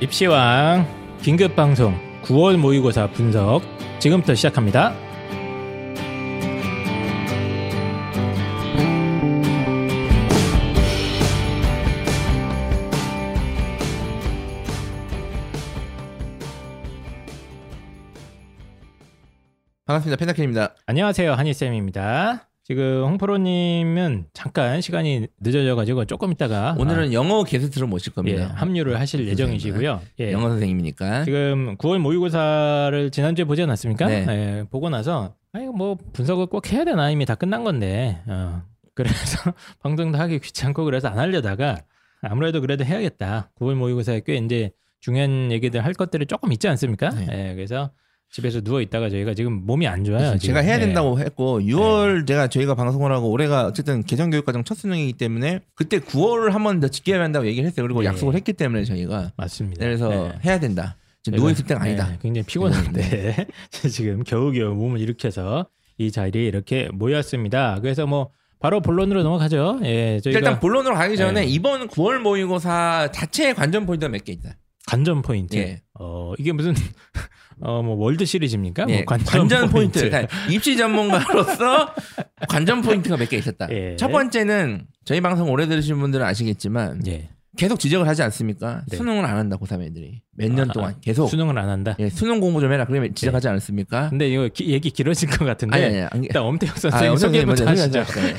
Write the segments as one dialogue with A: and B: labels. A: 입시왕 긴급 방송 9월 모의고사 분석 지금부터 시작합니다.
B: 반갑습니다. 펜타캔입니다.
A: 안녕하세요. 한희쌤입니다. 지금 홍프로님은 잠깐 시간이 늦어져가지고 조금 있다가
B: 오늘은 영어 게스트로 모실
A: 아, 예,
B: 겁니다. 네, 음,
A: 합류를 하실 예정이시고요. 예.
B: 영어 선생님이니까.
A: 지금 9월 모의고사를 지난주에 보지 않았습니까?
B: 네.
A: 예, 보고 나서 아 이거 뭐 분석을 꼭 해야 되나 이미 다 끝난 건데 어. 그래서 방송도 하기 귀찮고 그래서 안 하려다가 아무래도 그래도 해야겠다. 9월 모의고사에 꽤 이제 중요한 얘기들 할 것들이 조금 있지 않습니까?
B: 네.
A: 예, 그래서 집에서 누워 있다가 저희가 지금 몸이 안 좋아요. 지금.
B: 그렇죠. 제가 해야
A: 예.
B: 된다고 했고 6월 제가 저희가 방송을 하고 올해가 어쨌든 개정교육과정 첫 수능이기 때문에 그때 9월을 한 번 더 지켜야 한다고 얘기를 했어요. 그리고
A: 예.
B: 약속을 했기 때문에 저희가 네,
A: 맞습니다.
B: 그래서
A: 예.
B: 해야 된다.
A: 제가,
B: 지금 누워 있을 때가
A: 네,
B: 아니다. 네,
A: 굉장히 피곤한데 지금 겨우겨우 몸을 일으켜서 이 자리에 이렇게 모였습니다. 그래서 뭐 바로 본론으로 넘어가죠. 예, 저희가
B: 일단 본론으로 가기 전에
A: 예.
B: 이번 9월 모의고사 자체의 관전 포인트가 몇 개 있다.
A: 관전 포인트.
B: 예.
A: 어 이게 무슨 어 뭐 월드 시리즈입니까?
B: 예,
A: 뭐 관전, 포인트.
B: 그러니까 입시 전문가로서 관전 포인트가 몇 개 있었다.
A: 예.
B: 첫 번째는 저희 방송 오래 들으신 분들은 아시겠지만
A: 예.
B: 계속 지적을 하지 않습니까?
A: 네.
B: 수능을 안 한다 고삼애들이 몇 년
A: 아,
B: 동안 계속
A: 수능을 네. 안 한다.
B: 예, 수능 공부 좀 해라 그러면 지적하지 않습니까?
A: 근데 이거 기- 얘기 길어질 것 같은데.
B: 아니 아니 아니.
A: 일단 엄태혁 네. 선생님 소개부터 하시죠. 네.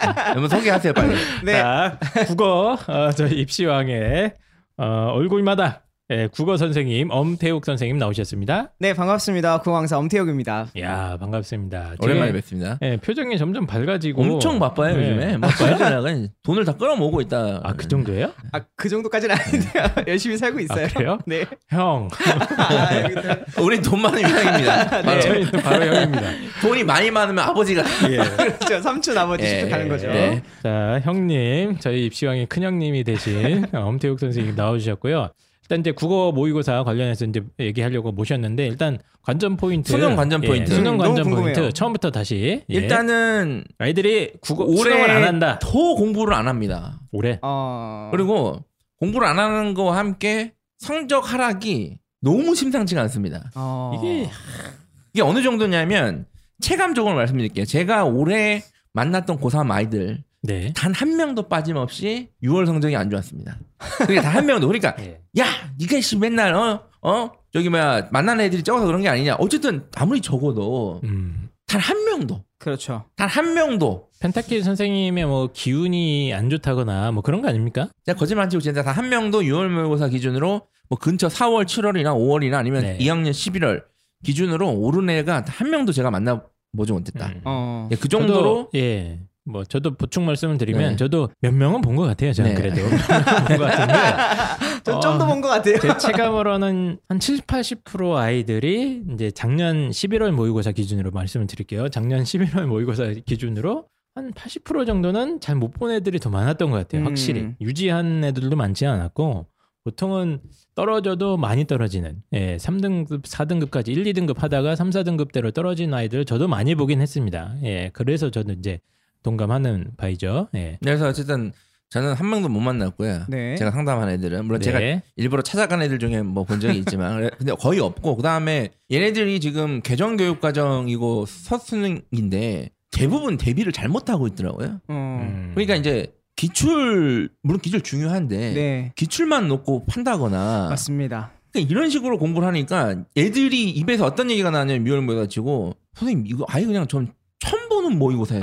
B: 한번 네. 소개하세요 빨리.
A: 자, 국어 어, 저 입시왕의 어, 얼굴마다 예, 국어 선생님 엄태욱 선생님 나오셨습니다.
C: 네 반갑습니다. 구강사 엄태혁입니다.
A: 야 반갑습니다. 지금,
B: 오랜만에 뵙습니다.
A: 예, 표정이 점점 밝아지고
B: 엄청 바빠요
A: 예.
B: 요즘에. 막 과외전화가 돈을 다 끌어모으고 있다.
A: 아그 정도예요?
C: 아 그 정도까지는 아닌데요.
B: 음.
C: 열심히 살고 있어요.
A: 그래요?
C: 네.
A: 형.
C: 아, 여기서-
B: 어, 우리 돈 많은 이상입니다. 바로.
A: 네, 저희 또 바로 형입니다.
B: 돈이 많이 많으면 아버지가
C: 그렇죠. 삼촌 아버지
B: 예,
C: 예, 가는 거죠.
B: 네.
A: 자, 형님, 저희 입시왕의 큰 형님이 되신 엄태욱 선생님 나와주셨고요. 일단 이제 국어 모의고사 관련해서 이제 얘기하려고 모셨는데 일단 관전 포인트,
B: 수능 관전
A: 예,
B: 포인트.
A: 수능
C: 음,
A: 관전
C: 너무 궁금해요.
A: 포인트 처음부터 다시 예.
B: 일단은
A: 아이들이 국어
B: 올해
A: 수능을 안 한다.
B: 더 공부를 안 합니다.
A: 올해
C: 어.
B: 그리고 공부를 안 하는 거와 함께 성적 하락이 너무 심상치가 않습니다.
C: 어.
A: 이게
B: 이게 어느 정도냐면 체감적으로 말씀드릴게요. 제가 올해 만났던 고3 아이들
A: 네.
B: 단 한 명도 빠짐없이 6월 성적이 안 좋았습니다. 그게 단 한 명도 그러니까
A: 예.
B: 야 니가 씨 맨날 어 어? 저기 뭐야 만나는 애들이 적어서 그런 게 아니냐. 어쨌든 아무리 적어도
A: 음.
B: 단 한 명도
C: 그렇죠.
B: 단 한 명도
A: 펜타키 선생님의 뭐 기운이 안 좋다거나 뭐 그런 거 아닙니까?
B: 제가 거짓말 안 치고 진짜 단한 명도 6월 모의고사 기준으로 뭐 근처 4월, 7월이나 5월이나 아니면
A: 네.
B: 2학년 11월 기준으로 오른 애가 한 명도 제가 만나보지 못했다.
A: 음.
C: 어.
B: 예, 그 정도로
A: 저도, 예. 뭐 저도 보충 말씀을 드리면
B: 네.
A: 저도 몇 명은 본 것 같아요. 저는
B: 네.
A: 그래도 본 것 같은데
C: 전
B: 어.
C: 좀 더 본 것 같아요.
A: 제 체감으로는 한 70, 80% 아이들이 이제 작년 11월 모의고사 기준으로 말씀을 드릴게요. 작년 11월 모의고사 기준으로 한 80% 정도는 잘 못 본 애들이 더 많았던 것 같아요.
C: 음.
A: 확실히 유지한 애들도 많지 않았고 보통은 떨어져도 많이 떨어지는 예, 3등급, 4등급까지 1, 2등급 하다가 3, 4등급대로 떨어진 아이들 저도 많이 보긴 했습니다. 예, 그래서 저는 이제 동감하는 바이죠. 예.
B: 그래서 어쨌든 저는 한 명도 못 만났고요.
C: 네.
B: 제가 상담한 애들은 물론 제가
A: 네.
B: 일부러 찾아간 애들 중에 뭐 본 적이 있지만 그래- 근데 거의 없고 그다음에 얘네들이 지금 개정 교육 과정이고 첫 수능인데 대부분 대비를 잘못하고 있더라고요.
C: 어.
A: 음.
B: 그러니까 이제 기출 물론 기출 중요한데
C: 네.
B: 기출만 놓고 판다거나
C: 맞습니다.
B: 그러니까 이런 식으로 공부를 하니까 애들이 입에서 어떤 얘기가 나냐면 미월 모의고사 치고 선생님 이거 아예 그냥 전 처음 보는 모의고사예요.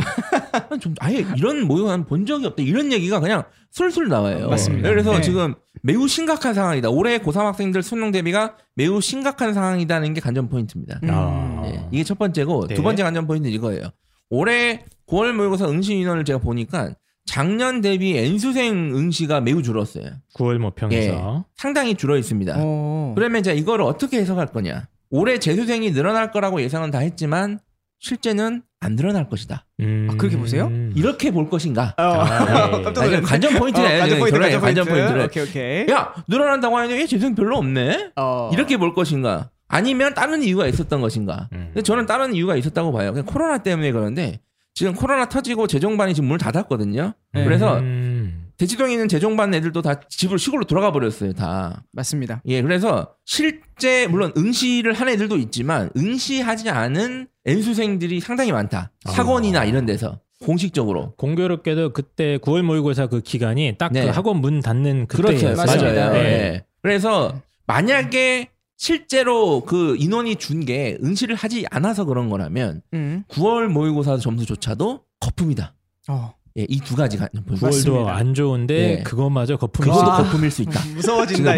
B: 난좀 아예 이런 모의고사는 본 적이 없다 이런 얘기가 그냥 술술 나와요.
C: 맞습니다.
B: 그래서
C: 네.
B: 지금 매우 심각한 상황이다. 올해 고3 학생들 수능 대비가 매우 심각한 상황이다는 게 관전 포인트입니다.
C: 음.
A: 아.
B: 예, 이게 첫 번째고
A: 네.
B: 두 번째 관전 포인트 는 이거예요. 올해 9월 모의고사 응시 인원을 제가 보니까 작년 대비 N수생 응시가 매우 줄었어요.
A: 9월
B: 예.
A: 모평에서
B: 상당히 줄어 있습니다.
C: 어.
B: 아. 그러면 이제 이거를 어떻게 해석할 거냐? 올해 재수생이 늘어날 거라고 예상은 다 했지만 실제는 안 늘어날 것이다.
A: 음.
C: 아, 그렇게 보세요?
B: 이렇게 볼 것인가?
C: 어.
A: 아, 예.
C: 깜짝
B: 아니,
C: 놀랐네.
B: 지금 관전 포인트야.
C: 어, 관전 포인트,
B: 결론이야,
C: 관전 포인트.
B: 포인트를.
C: 오케이 오케이.
B: 야 늘어난다고 하는데 얘 재수생 별로 없네.
C: 어.
B: 이렇게 볼 것인가? 아니면 다른 이유가 있었던 것인가?
A: 음.
B: 근데 저는 다른 이유가 있었다고 봐요. 그냥
C: 네.
B: 네. 코로나 때문에 그런데 지금 코로나 터지고 재정반이 지금 문을 닫았거든요. 그래서
A: 음.
B: 대치동에 있는 재종반 애들도 다 집으로 시골로 돌아가 버렸어요 다.
C: 맞습니다.
B: 예, 그래서 실제 물론 응시를 한 애들도 있지만 응시하지 않은 N수생들이 상당히 많다. 학원이나 이런 데서 공식적으로.
A: 공교롭게도 그때 9월 모의고사 그 기간이 딱 그
B: 네.
A: 학원 문 닫는
B: 그렇죠.
A: 그때였어요.
B: 맞아요.
A: 네.
B: 예. 그래서 만약에 실제로 그 인원이 준 게 응시를 하지 않아서 그런 거라면
C: 음.
B: 9월 모의고사 점수조차도 거품이다.
C: 어.
B: 예, 이 두 가지가 보여요.
A: 9월도
C: 맞습니다.
A: 안 좋은데
B: 네.
A: 그것마저 거품이
B: 그것도
C: 아.
B: 거품일 수 있다.
C: 무서워진다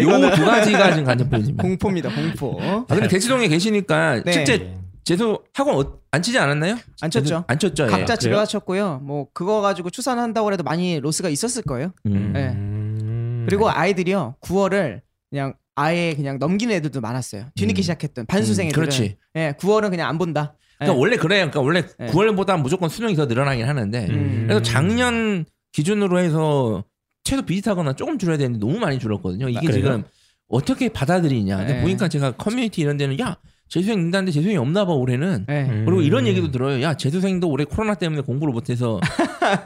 B: 지금
C: 이거는
B: 요두 가지가 지금 간접 보여집니다.
C: 공포입니다. 공포.
B: 아, 근데 대치동에 계시니까
C: 네.
B: 실제
A: 네.
B: 재수 학원 어- 안 치지 않았나요?
C: 안 쳤죠.
B: 안 쳤죠. 예.
C: 각자 집에
A: 그래요?
C: 가셨고요. 뭐 그거 가지고 추산한다고 해도 많이 로스가 있었을 거예요.
B: 음.
C: 네.
A: 음.
C: 그리고 아이들이요 9월을 그냥 아예 그냥 넘기는 애들도 많았어요. 뒤늦게
B: 음.
C: 시작했던 반수생
B: 음,
C: 애들은.
B: 그렇지.
C: 예, 9월은 그냥 안 본다. 예.
B: 그러니까 원래 그래요. 그러니까 원래
C: 네.
B: 9월보다 무조건 수능이 더 늘어나긴 하는데
C: 음.
B: 그래서 작년 기준으로 해서 최소 비슷하거나 조금 줄여야 되는데 너무 많이 줄었거든요. 이게
A: 그래요?
B: 지금 어떻게 받아들이냐. 근데
C: 네. 보니까
B: 보니까 제가 커뮤니티 이런 데는 야 재수생 있는데 재수생이 없나 봐 올해는.
C: 예.
A: 음.
B: 네. 그리고 이런 얘기도 들어요. 야 재수생도 올해 코로나 때문에 공부를 못해서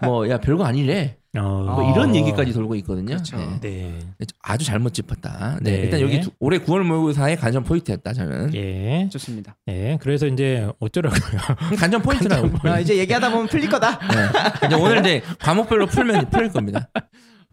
B: 뭐 야 별거 아니래.
A: 어.
B: 뭐 이런 얘기까지 돌고 있거든요.
C: 그렇죠.
B: 네.
A: 네.
B: 아주 잘못 짚었다. 네.
A: 네.
B: 일단 여기 두- 올해 9월 모의고사의 간접 포인트였다 저는.
A: 예.
C: 좋습니다.
A: 네. 그래서 이제 어쩌라고요.
B: 간접 포인트라고.
C: 아, 이제 얘기하다 보면 풀릴 거다.
B: 네. 이제 오늘 이제 과목별로 풀면 풀릴 겁니다.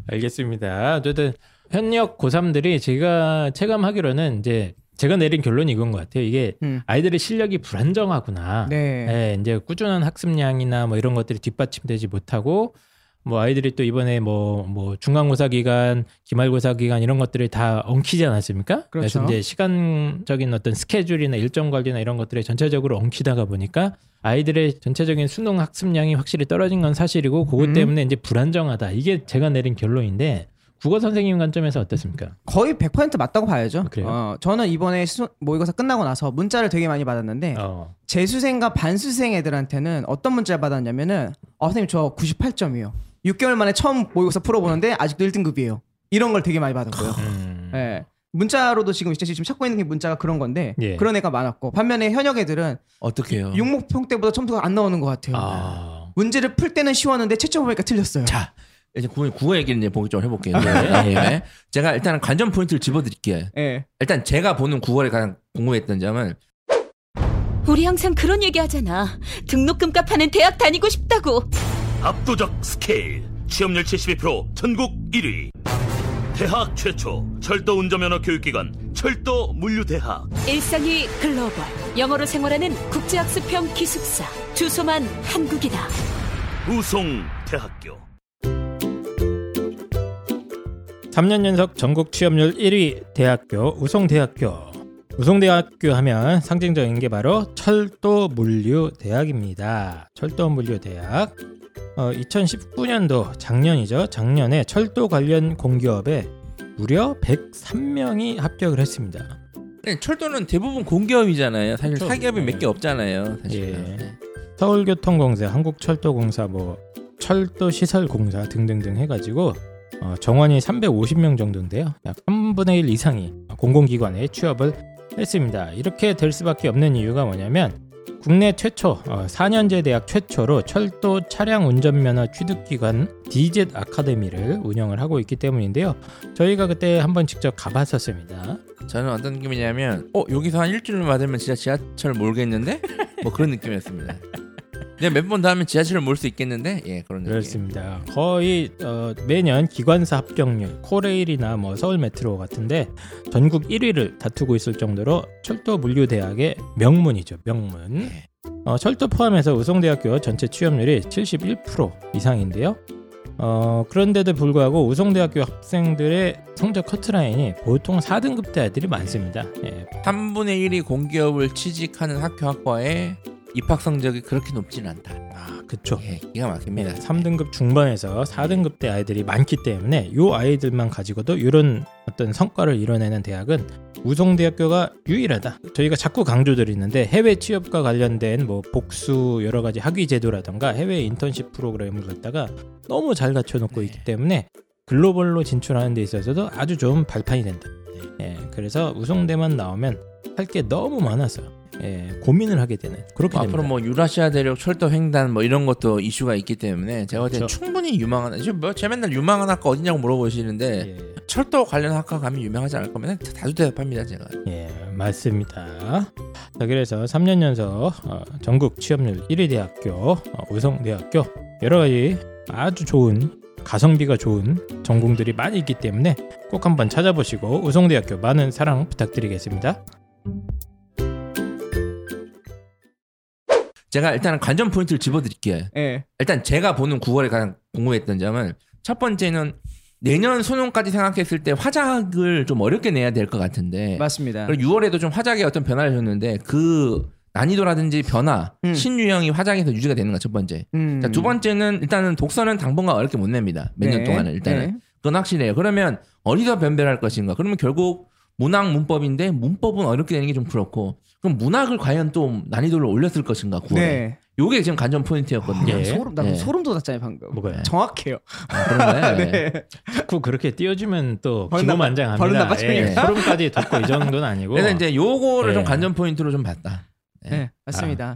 A: 알겠습니다. 어쨌든 현역 고3들이 제가 체감하기로는 이제 제가 내린 결론이 이건 것 같아요. 이게
C: 음.
A: 아이들의 실력이 불안정하구나.
C: 네.
A: 예, 이제 꾸준한 학습량이나 뭐 이런 것들이 뒷받침되지 못하고 뭐 아이들이 또 이번에 뭐 뭐 중간고사 기간, 기말고사 기간 이런 것들을 다 엉키지 않았습니까? 래서
C: 그렇죠.
A: 이제 시간적인 어떤 스케줄이나 일정 관리나 이런 것들에 전체적으로 엉키다가 보니까 아이들의 전체적인 수능 학습량이 확실히 떨어진 건 사실이고 그것
C: 음.
A: 때문에 이제 불안정하다. 이게 제가 내린 결론인데 국어 선생님 관점에서 어떻습니까?
C: 거의 100% 맞다고 봐야죠.
A: 그래요?
C: 어, 저는 이번에 수, 모의고사 끝나고 나서 문자를 되게 많이 받았는데
A: 어.
C: 재수생과 반수생 애들한테는 어떤 문자를 받았냐면은 아 선생님 저 98점이요. 6개월 만에 처음 뭐 모의고사 풀어보는데 아직도 1등급이에요. 이런 걸 되게 많이 받은 거예요.
A: 음.
C: 예. 문자로도 지금 진짜 지금 찾고 있는 게 문자가 그런 건데
A: 예.
C: 그런 애가 많았고 반면에 현역 애들은
B: 어떻게요?
C: 육목평 때보다 점수가 안 나오는 것 같아요.
A: 아.
C: 문제를 풀 때는 쉬웠는데 채점 보니까 틀렸어요.
B: 자 이제 국어, 국어 얘기를 이제 보기 좀 해볼게요.
A: 네.
B: 네. 네. 제가 일단 관전 포인트를 집어드릴게요.
C: 예.
B: 일단 제가 보는 국어에 가장 궁금했던 점은
D: 우리 항상 그런 얘기 하잖아. 등록금 값하는 대학 다니고 싶다고.
E: 압도적 스케일 취업률 72% 전국 1위 대학 최초 철도 운전면허 교육기관 철도 물류대학
D: 일상이 글로벌. 영어로 생활하는 국제학습형 기숙사. 주소만 한국이다.
E: 우송대학교
A: 3년 연속 전국 취업률 1위 대학교 우송대학교. 우송대학교 하면 상징적인 게 바로 철도 물류 대학입니다. 철도 물류 대학. 어, 2019년도 작년이죠. 작년에 철도 관련 공기업에 무려 103명이 합격을 했습니다.
B: 네, 철도는 대부분 공기업이잖아요. 사실
A: 그렇죠.
B: 사기업이
A: 네.
B: 몇 개 없잖아요. 사실.
A: 예.
B: 네.
A: 서울교통공사, 한국철도공사, 뭐 철도시설공사 등등등 해가지고 어, 정원이 350명 정도인데요. 약 3분의 1 이상이 공공기관에 취업을 했습니다. 이렇게 될 수밖에 없는 이유가 뭐냐면 국내 최초 어, 4년제 대학 최초로 철도 차량 운전면허 취득기관 DZ 아카데미를 운영을 하고 있기 때문인데요. 저희가 그때 한번 직접 가봤었습니다.
B: 저는 어떤 느낌이냐면 어 여기서 한 일주일만 받으면 진짜 지하철 몰겠는데 뭐 그런 느낌이었습니다. 그냥 몇 번 더 하면 지하철을 몰 수 있겠는데 예 그런 느낌.
A: 그렇습니다. 거의 어, 매년 기관사 합격률 코레일이나 뭐 서울 메트로 같은데 전국 1위를 다투고 있을 정도로 철도 물류 대학의 명문이죠. 명문. 어, 철도 포함해서 우송대학교 전체 취업률이 71% 이상인데요. 어, 그런데도 불구하고 우송대학교 학생들의 성적 커트라인이 보통 4등급대 아이들이 많습니다. 예,
B: 3분의 1이 공기업을 취직하는 학교 학과에 입학 성적이 그렇게 높진 않다.
A: 아, 그쵸.
B: 예, 기가 막힙니다.
A: 네, 3등급 중반에서 4등급 대 아이들이 많기 때문에 요 아이들만 가지고도 이런 어떤 성과를 이뤄내는 대학은 우송대학교가 유일하다. 저희가 자꾸 강조드리는데 해외 취업과 관련된 뭐 복수 여러 가지 학위 제도라던가 해외 인턴십 프로그램을 갖다가 너무 잘
B: 네.
A: 갖춰놓고 있기 때문에 글로벌로 진출하는 데 있어서도
B: 네.
A: 아주 좋은 발판이 된다. 예, 그래서 우송대만 나오면 할 게 너무 많아서 예, 고민을 하게 되는 그렇게
B: 앞으로
A: 됩니다.
B: 뭐 유라시아 대륙 철도 횡단 뭐 이런 것도 이슈가 있기 때문에 제가 볼때
A: 그렇죠.
B: 충분히 유망한 지금 뭐제 맨날 유망한 학과 어디냐고 물어보시는데
A: 예.
B: 철도 관련 학과 가면 유명하지 않을 거면 다수 대답합니다 제가
A: 예, 맞습니다. 자, 그래서 3년 연속 어, 전국 취업률 1위 대학교, 어, 우성대학교 여러 가지 아주 좋은 가성비가 좋은 전공들이 많이 있기 때문에 꼭 한번 찾아보시고 우성대학교 많은 사랑 부탁드리겠습니다.
B: 제가 일단 관전 포인트를 집어드릴게요
C: 예.
B: 일단 제가 보는 9월에 가장 궁금했던 점은 첫 번째는 내년 수능까지 생각했을 때 화작을 좀 어렵게 내야 될 것 같은데
C: 맞습니다.
B: 예. 그리고 6월에도 좀 화작에 어떤 변화를 줬는데 그 난이도라든지 변화
C: 음.
B: 신유형이 화작에서 유지가 되는가 첫 번째
C: 음.
B: 자, 두 번째는 일단은 독서는 당분간 어렵게 못 냅니다. 몇 년
C: 네.
B: 동안은 일단은.
C: 네.
B: 그건 확실해요. 그러면 어디서 변별할 것인가? 그러면 결국 문학 문법인데 문법은 어렵게 되는 게 좀 그렇고 그럼 문학을 과연 또 난이도를 올렸을 것인가? 9월에.
C: 네. 아,
B: 요게 지금 관전 포인트였거든요.
A: 예.
C: 소름 나
B: 예.
C: 소름 돋았잖아요 방금.
A: 뭐가요?
C: 정확해요.
B: 아, 그런가요? 예.
C: 네.
A: 자꾸 그렇게 띄워주면 또
C: 벌 나빠-
A: 기고만장합니다.
C: 벌 나빠지니까?
A: 예, 소름까지 돋고 이 정도는 아니고
B: 그래서 이제 요거를
A: 예.
B: 좀 관전 포인트로 좀 봤다.
C: 네. 맞습니다.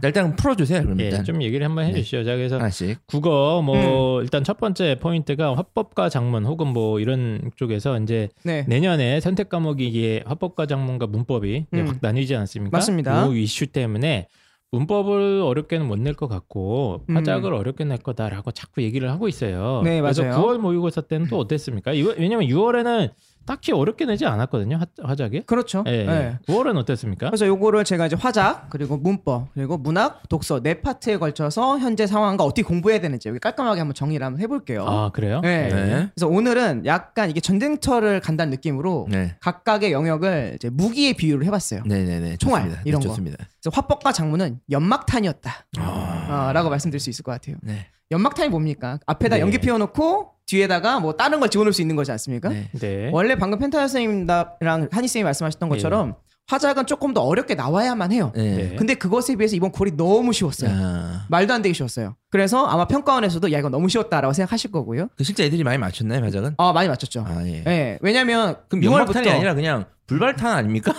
B: 아, 일단 풀어주세요. 그럼
A: 예,
B: 일단
A: 좀 얘기를 한번
B: 네.
A: 해주시죠. 자, 그래서
B: 하나씩.
A: 국어
B: 음.
A: 뭐 일단 첫 번째 포인트가 화법과 작문 혹은 뭐 이런 쪽에서 이제
C: 네.
A: 내년에 선택 과목이 이게 화법과 작문과 문법이 이제
C: 음.
A: 확 나뉘지 않습니까?
C: 맞습니다.
A: 이 이슈 때문에 문법을 어렵게는 못 낼 것 같고
C: 음.
A: 화작을 어렵게 낼 거다라고 자꾸 얘기를 하고 있어요.
C: 네,
A: 그래서
C: 맞아요.
A: 9월 모의고사 때는 또 어땠습니까? 이거- 왜냐면 6월에는 딱히 어렵게 내지 않았거든요. 화, 작에
C: 그렇죠.
A: 예.
C: 예.
A: 9월은 어땠습니까?
C: 그래서 요거를 제가 이제 화작 그리고 문법 그리고 문학 독서 네 파트에 걸쳐서 현재 상황과 어떻게 공부해야 되는지 여기 깔끔하게 한번 정리를 한번 해볼게요.
A: 아 그래요?
C: 네.
B: 네.
C: 그래서 오늘은 약간 이게 전쟁터를 간다는 느낌으로
B: 네. 음.
C: 각각의 영역을 이제 무기에 비유를 해봤어요.
B: 네네네.
C: 총알,
B: 좋습니다.
C: 이런
B: 네,
C: 거.
B: 좋습니다.
C: 그래서 화법과 장문은 연막탄이었다라고
B: 아,
C: 말씀드릴 수 있을 것 같아요.
B: 네.
C: 연막탄이 뭡니까? 앞에다
A: 네.
C: 연기 피워놓고 뒤에다가 뭐 다른 걸 집어넣을 수 있는 거지 않습니까?
B: 네.
A: 네.
C: 원래 방금 펜타 선생님이랑 한희 쌤이 말씀하셨던 것처럼 화작은 조금 더 어렵게 나와야만 해요.
B: 네.
A: 네.
C: 근데 그것에 비해서 이번 골이 너무 쉬웠어요.
B: 아.
C: 말도 안 되게 쉬웠어요. 그래서 아마 평가원에서도 야 이거 너무 쉬웠다라고 생각하실 거고요.
B: 그 실제 애들이 많이 맞췄나요, 바작은?
C: 아 많이 맞췄죠.
B: 아 예.
C: 예. 왜냐면
B: 그럼
C: 6월부터
B: 연막탄이 아니라 그냥 불발탄 아닙니까?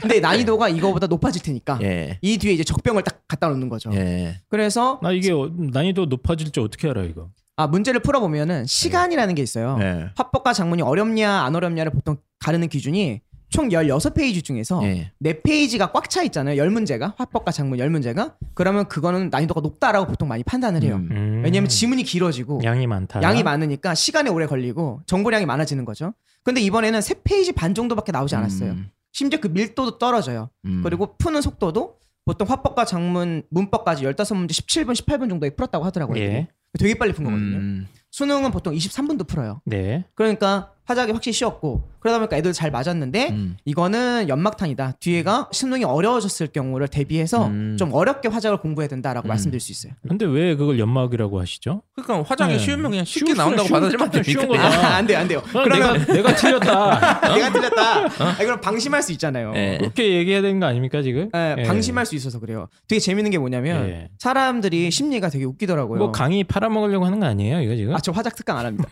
C: 근데 난이도가 이거보다 높아질 어. 테니까
B: 예.
C: 이 뒤에 이제 적병을 딱 갖다 놓는 거죠.
B: 예.
C: 그래서
A: 나 이게 어- 난이도 높아질 줄 어떻게 알아 이거?
C: 아 문제를 풀어보면은 시간이라는 게 있어요.
B: 예.
C: 화법과 작문이 어렵냐 안 어렵냐를 보통 가르는 기준이 총 16페이지 중에서
B: 예.
C: 네 페이지가 꽉 차 있잖아요. 열 문제가 화법과 작문 열 문제가 그러면 그거는 난이도가 높다라고 보통 많이 판단을 해요.
B: 음.
A: 음.
C: 왜냐하면 지문이 길어지고
A: 양이 많다.
C: 양이 많으니까 시간이 오래 걸리고 정보량이 많아지는 거죠. 근데 이번에는 세 페이지 반 정도밖에 나오지 않았어요.
B: 음.
C: 심지어 그 밀도도 떨어져요.
B: 음.
C: 그리고 푸는 속도도 보통 화법과 작문, 문법까지 15문제 17분, 18분 정도에 풀었다고 하더라고요.
A: 예.
C: 되게 빨리 푼 거거든요.
B: 음.
C: 수능은 보통 23분도 풀어요.
A: 네.
C: 그러니까 화작이 확실히 쉬웠고 그러다 보니까 애들 잘 맞았는데
B: 음.
C: 이거는 연막탄이다. 뒤에가 수능이 어려워졌을 경우를 대비해서
B: 음.
C: 좀 어렵게 화작을 공부해야 된다라고
B: 음.
C: 말씀드릴 수 있어요.
A: 근데 왜 그걸 연막이라고 하시죠?
B: 그러니까 화장이
A: 네.
B: 쉬우면 그냥 쉽게
A: 쉬운
B: 나온다고
A: 수는
B: 받아들이면 안
A: 쉬운
B: 됩니까?
A: 거죠.
B: 예.
C: 아, 안 돼요, 안 돼요. 그러면
A: 내가 내가 틀렸다.
C: 내가 틀렸다. 아, 그럼 방심할 수 있잖아요.
B: 예.
A: 그렇게 얘기해야 되는 거 아닙니까 지금?
C: 예,
A: 예.
C: 방심할 수 있어서 그래요. 되게 재밌는 게 뭐냐면
A: 예.
C: 사람들이 심리가 되게 웃기더라고요.
A: 뭐 강의 팔아먹으려고 하는 거 아니에요 이거 지금?
C: 아, 저 화작 특강 안 합니다.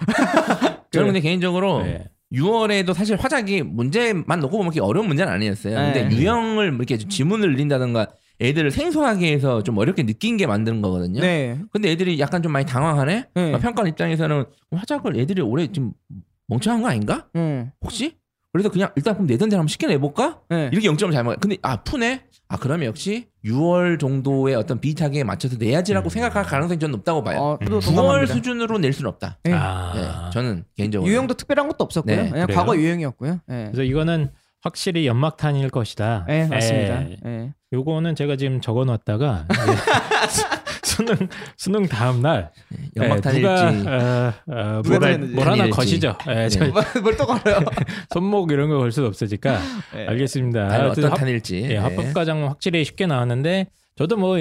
B: 저는 근데 개인적으로
A: 예.
B: 6월에도 사실 화작이 문제만 놓고 보면 그렇게 어려운 문제는 아니었어요.
C: 네.
B: 근데 유형을 이렇게 지문을 늘린다던가 애들을 생소하게 해서 좀 어렵게 느낀 게 만드는 거거든요.
C: 네.
B: 근데 애들이 약간 좀 많이 당황하네. 아,
C: 네.
B: 평가 입장에서는 화작을 애들이 올해 좀 멍청한 거 아닌가?
C: 음.
B: 혹시? 그래서 그냥 일단 그럼 내던 대로 한번 쉽게 내볼까?
C: 네.
B: 이렇게 0점을 잘 먹어. 근데 아 푸네. 아 그러면 역시 6월 정도의 어떤 비타기에 맞춰서 내야지라고 생각할 가능성이 저는 높다고 봐요.
C: 음. 어, 저도
B: 9월
C: 동감합니다.
B: 수준으로 낼 수는 없다.
C: 예.
A: 아.
B: 네, 저는 개인적으로
C: 유형도 특별한 것도 없었고요.
B: 네,
C: 그냥
A: 그래요?
C: 과거 유형이었고요. 예.
A: 그래서 이거는 확실히 연막탄일 것이다.
C: 예, 맞습니다.
A: 예.
C: 예.
A: 요거는 제가 지금 적어놨다가 예. 수능 수능 다음 날
B: 네,
C: 네,
B: 연막탄일지
A: 예, 누가 어, 어,
C: 누가
A: 뭘,
C: 들었는지.
A: 뭘 하나
B: 아닐지.
A: 거시죠. 예, 저
B: 네.
C: 뭘또 걸어요?
A: 손목 이런 거 걸 수도 없으니까
C: 예.
A: 알겠습니다.
B: 아니,
A: 하여튼
B: 어떤
A: 합-
B: 탄일지.
A: 예,
B: 네.
A: 합법과장은 확실히 쉽게 나왔는데 저도 뭐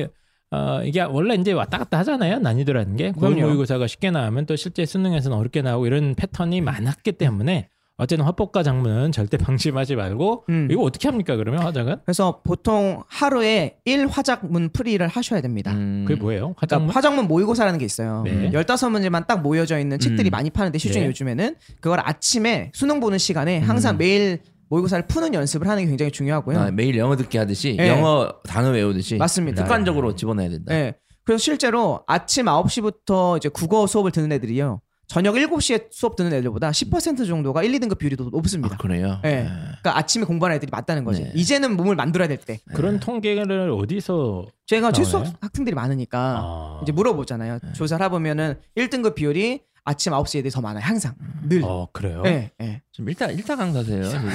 A: 어, 이게 원래 이제 왔다 갔다 하잖아요 난이도라는 게 고용
C: 그럼요.
A: 모의고사가 쉽게 나오면 또 실제 수능에서는 어렵게 나오고 이런 패턴이 많았기 때문에 어쨌든 화법과 장문은 절대 방심하지 말고
C: 음.
A: 이거 어떻게 합니까 그러면 화장은
C: 그래서 보통 하루에 1화작문 풀이를 하셔야 됩니다.
B: 음,
A: 그게 뭐예요 화장문
C: 그러니까 화작문 모의고사라는 게 있어요. 음.
A: 네.
C: 15문제만 딱 모여져 있는 책들이
B: 음.
C: 많이 파는데 실중에
A: 네.
C: 요즘에는 그걸 아침에 수능 보는 시간에 항상
B: 음.
C: 매일 모의고사를 푸는 연습을 하는 게 굉장히 중요하고요.
B: 아, 매일 영어 듣기 하듯이
C: 네.
B: 영어 단어 외우듯이
C: 맞습니다.
B: 습관적으로 집어넣어야 된다.
C: 네. 그래서 실제로 아침 9시부터 이제 국어 수업을 듣는 애들이요. 저녁 7시에 수업 듣는 애들보다 10% 정도가 1, 2등급 비율이 더 높습니다.
B: 아, 그래요.
C: 네. 그러니까 아침에 공부하는 애들이 맞다는 거지.
B: 네.
C: 이제는 몸을 만들어야 될 때.
A: 그런 통계를 어디서
C: 제가
A: 나오나요?
C: 최소 학생들이 많으니까
A: 그렇죠. 네. 아.
C: 이제 물어보잖아요. 조사를 해보면은 1등급 비율이 아침 9시에 애들이 더 많아요. 항상. 늘.
A: 어 그래요?
C: 네. 네.
B: 좀 일타 일타 강사세요 지금.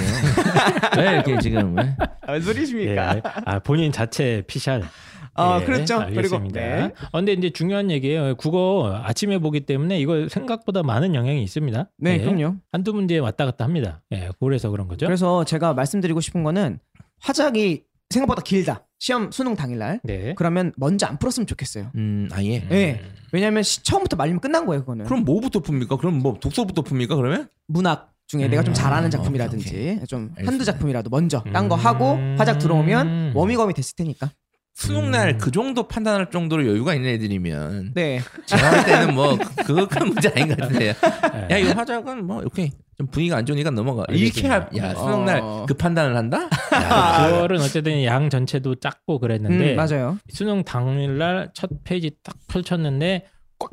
B: 왜 이렇게 지금 왜?
C: 아, 소리십니까?
A: 예, 아 본인 자체 피샬.
C: 아, 그렇죠. 그리고,
A: 알겠습니다.
C: 네.
A: 아, 근데 이제 중요한 얘기예요. 국어 아침에 보기 때문에 이거 생각보다 많은 영향이 있습니다.
C: 네,
A: 예,
C: 그럼요.
A: 한두 문제 왔다 갔다 합니다. 예, 그래서 그런 거죠.
C: 그래서 제가 말씀드리고 싶은 거는 화작이 생각보다 길다. 시험 수능 당일날.
A: 네.
C: 그러면 먼저 안 풀었으면 좋겠어요.
B: 음 아예.
C: 예. 왜냐면 시- 처음부터 말리면 끝난 거예요, 그거는.
B: 그럼 뭐부터 풉니까? 그럼 뭐 독서부터 풉니까? 그러면? 아,
C: 문학 중에 내가 좀
A: 음,
C: 잘하는
B: 오케이,
C: 작품이라든지 좀 한두
B: 알겠습니다.
C: 작품이라도 먼저 딴 거
A: 음.
C: 하고 화작 들어오면 워밍업이 됐을 테니까.
B: 수능 날 그 정도 판단할 정도로 여유가 있는 애들이면
C: 네.
B: 제가 할 때는 뭐 그- 그거 큰 문제 아닌 것 같은데요.
A: 예.
B: 야 이거 화작은 뭐 오케이 좀 분위기가 안 좋으니까 넘어가. 이렇게
A: 알겠습니다.
B: 하- 야 수능 날
C: 어.
B: 그 판단을 한다?
A: 아, 그거는 어쨌든 양 전체도 작고 그랬는데
C: 음, 맞아요.
A: 수능 당일날 첫 페이지 딱 펼쳤는데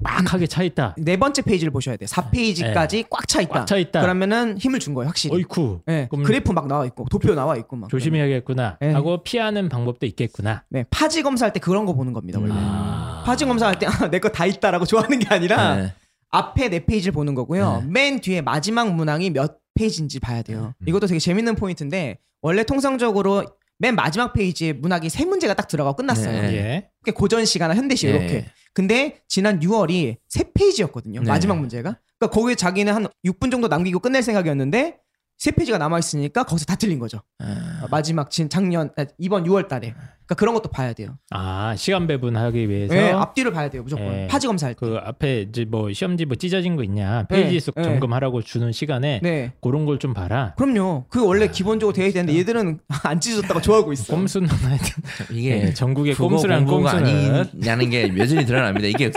A: 꽉하게 차 있다.
C: 네 번째 페이지를 보셔야 돼요. 4페이지까지 꽉 차 있다.
A: 네. 꽉 차 있다.
C: 그러면은 힘을 준 거예요, 확실히.
A: 어이쿠.
C: 예.
A: 그럼
C: 그래프 막 나와 있고 도표 나와 있고 막.
A: 조심해야겠구나.
C: 예.
A: 하고 피하는 방법도 있겠구나.
C: 네. 파지 검사할 때 그런 거 보는 겁니다, 원래.
A: 아.
C: 파지 검사할 때 내 거 다 있다라고 좋아하는 게 아니라
B: 네.
C: 앞에 네 페이지를 보는 거고요.
B: 네. 음.
C: 맨 뒤에 마지막 문항이 몇 페이지인지 봐야 돼요. 이것도 되게 재밌는 포인트인데 원래 통상적으로 맨 마지막 페이지에 문학이 세 문제가 딱 들어가고 끝났어요.
B: 네.
A: 예.
C: 이렇게 고전시가나 현대시
B: 네.
C: 이렇게. 근데 지난 6월이 세 페이지였거든요.
B: 네.
C: 마지막 문제가. 그러니까 거기에 자기는 한 6분 정도 남기고 끝낼 생각이었는데 세 페이지가 남아 있으니까 거기서 다 틀린 거죠.
B: 아,
C: 아, 마지막 진 작년 아, 이번 6월 달에. 그러니까 그런 것도 봐야 돼요.
A: 아 시간 배분하기 위해서
C: 네, 앞뒤를 봐야 돼요, 무조건.
A: 네.
C: 파지 검사할 때.
A: 그 앞에 이제 뭐 시험지 뭐 찢어진 거 있냐 페이지
C: 네,
A: 속
C: 네.
A: 점검하라고 주는 시간에
C: 네.
A: 그런 걸 좀 봐라.
C: 그럼요. 그 원래 기본적으로 돼야 되는데 얘들은 안 찢어졌다고 좋아하고 있어.
A: 꼼수는 하여튼 예,
B: 이게
A: 전국의
B: 국어
A: 꼼수랑
B: 공부가
A: 꼼수는
B: 아니냐는 게 여전히 드러납니다. 이게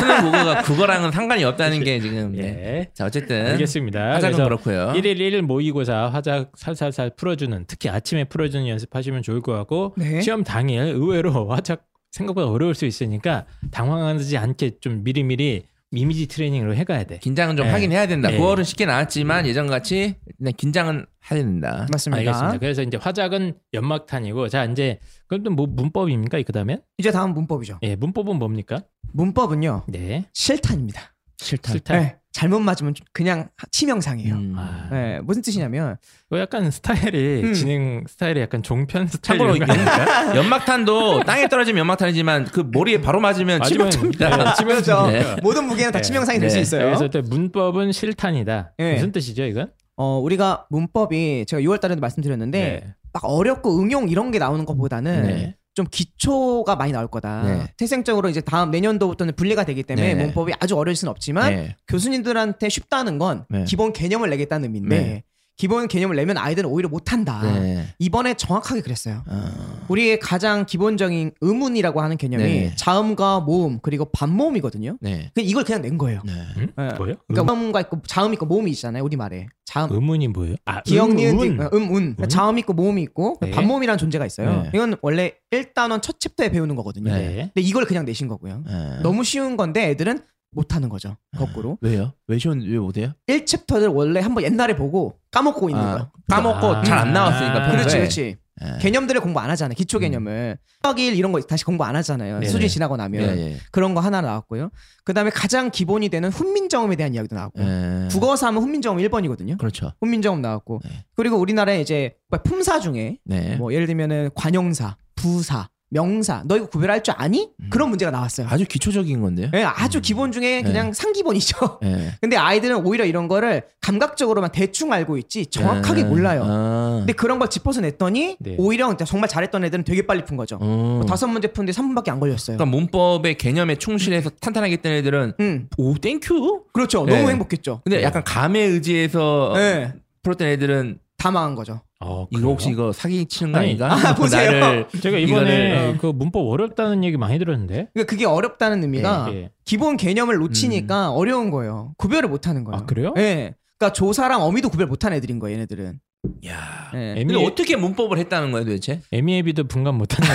B: 수능 국어가 국어랑은 상관이 없다는 게 지금. 네.
A: 예.
B: 자 어쨌든
A: 알겠습니다.
B: 화작은
A: 그래서
B: 그렇고요.
A: 1일 1일 모의고사 화작 살살살 풀어주는 특히 아침에 풀어주는 연습하시면 좋을 것 같고
C: 네.
A: 시험 당일 의외로 화작 생각보다 어려울 수 있으니까 당황하지 않게 좀 미리미리 이미지 트레이닝으로 해가야 돼.
B: 긴장은 좀
C: 네.
A: 예.
B: 하긴 해야 된다.
A: 예.
B: 9월은 쉽게
C: 음.
B: 나왔지만 예전 같이 네, 긴장은 해야 된다.
C: 맞습니다.
A: 알겠습니다. 그래서 이제 화작은 연막탄이고 자 이제 그럼 또 뭐 문법입니까 이 그다음에?
C: 이제 다음 문법이죠.
A: 예 문법은 뭡니까?
C: 문법은요.
A: 네
C: 실탄입니다.
B: 실탄.
A: 실탄.
C: 네, 잘못 맞으면 그냥 치명상이에요.
B: 음.
A: 아,
C: 네, 무슨 뜻이냐면
A: 이거 약간 스타일이
C: 음.
A: 진행 스타일이 약간 종편 스타일
B: 참고로
A: 이런 거 아니에요?
B: 연- 연막탄도 땅에 떨어지면 연막탄이지만 그 머리에 바로 맞으면
A: 맞으면,
B: 치명타입니다.
A: 예, 치명타죠.
C: 그렇죠.
B: 네.
C: 모든 무게는 다
A: 네.
C: 치명상이 될 수
B: 네.
C: 있어요.
A: 그래서 또 문법은 실탄이다.
C: 예.
A: 무슨 뜻이죠 이건?
C: 어, 우리가 문법이 제가 6월 달에도 말씀드렸는데
A: 네.
C: 막 어렵고 응용 이런 게 나오는 것보다는
B: 네.
C: 좀 기초가 많이 나올 거다.
B: 네.
C: 태생적으로 이제 다음 내년도부터는 분리가 되기 때문에
B: 네.
C: 문법이 아주 어려울 수는 없지만
B: 네.
C: 교수님들한테 쉽다는 건
B: 네.
C: 기본 개념을 내겠다는 의미인데
B: 네.
C: 기본 개념을 내면 아이들은 오히려 못한다.
B: 네.
C: 이번에 정확하게 그랬어요.
B: 어,
C: 우리의 가장 기본적인 의문이라고 하는 개념이
B: 네.
C: 자음과 모음 그리고 반모음이거든요.
B: 네.
C: 그 이걸 그냥 낸 거예요.
B: 네.
A: 음?
C: 예.
A: 뭐요?
C: 그러니까 음과 있고 자음 있고 모음이 있잖아요. 우리 말에 자음
A: 의문이 뭐예요? 아,
C: 기억 니은
A: 의문.
C: 음, 음, 운
A: 운?
C: 자음 있고 모음이 있고
A: 네.
C: 반모음이라는 존재가 있어요.
B: 네.
C: 이건 원래 1단원 첫 챕터에 배우는 거거든요.
A: 네.
C: 근데 이걸 그냥 내신 거고요.
B: 네. 아,
C: 너무 쉬운 건데 애들은 못하는 거죠. 거꾸로
B: 왜요? 왜 쉬운 왜 못해요?
C: 1챕터를 원래 한번 옛날에 보고 까먹고 있는
B: 아,
C: 거예요.
B: 까먹고
A: 아.
B: 잘 안 나왔으니까.
A: 아,
B: 평소에.
C: 그렇지, 그렇지.
B: 예. 음.
C: 개념들을 공부 안 하잖아요. 기초 개념을. 수학 1 이런 거 다시 공부 안 하잖아요.
B: 네네.
C: 수준이 지나고 나면.
B: 예,
C: 그런 거 하나 나왔고요. 그다음에 가장 기본이 되는 훈민정음에 대한 이야기도 나왔고.
B: 예. 예.
C: 국어사 하면 훈민정음 1번이거든요.
B: 그렇죠.
C: 훈민정음 나왔고.
B: 네.
C: 그리고 우리나라에 이제 뭐 품사 중에
B: 네.
C: 뭐 예를 들면은 관형사, 부사, 명사. 너 이거 구별할 줄 아니?
B: 음.
C: 그런 문제가 나왔어요.
B: 아주 기초적인 건데요.
C: 예, 아주 기본
B: 네.
C: 중에 그냥 상기본이죠.
B: 예.
C: 근데 아이들은 오히려 이런 거를 감각적으로만 대충 알고 있지 정확하게
B: 예.
C: 몰라요.
B: 아.
C: 근데 그런 걸 짚어서 냈더니
A: 네.
C: 오히려 진짜 정말 잘했던 애들은 되게 빨리 푼 거죠.
B: 어.
C: 뭐 다섯 문제 푸는데 3분밖에 안 걸렸어요.
B: 그러니까 문법의 개념에 충실해서 탄탄하게 했던 애들은
C: 음,
B: 오 땡큐.
C: 그렇죠.
B: 네.
C: 너무 행복했죠.
B: 근데 약간 어. 감에 의지해서
C: 네.
B: 풀었던 애들은
C: 다 망한 거죠.
A: 어,
B: 이거
A: 그래요?
B: 혹시 이거 사기 치는 거
A: 아니,
B: 아닌가?
C: 아, 보세요.
A: 제가 이번에
B: 음.
A: 그 문법 어렵다는 얘기 많이 들었는데.
C: 그러니까 그게 어렵다는 의미가
A: 예.
C: 기본 개념을 놓치니까
B: 음.
C: 어려운 거예요. 구별을 못 하는 거예요.
A: 아, 그래요?
C: 예. 그러니까 조사랑 어미도 구별 못한 애들인 거예요, 얘네들은.
B: 야.
C: 예.
B: 근데
A: 에미-
B: 어떻게 문법을 했다는 거야 도대체?
A: 에미에비도 분간 못한다.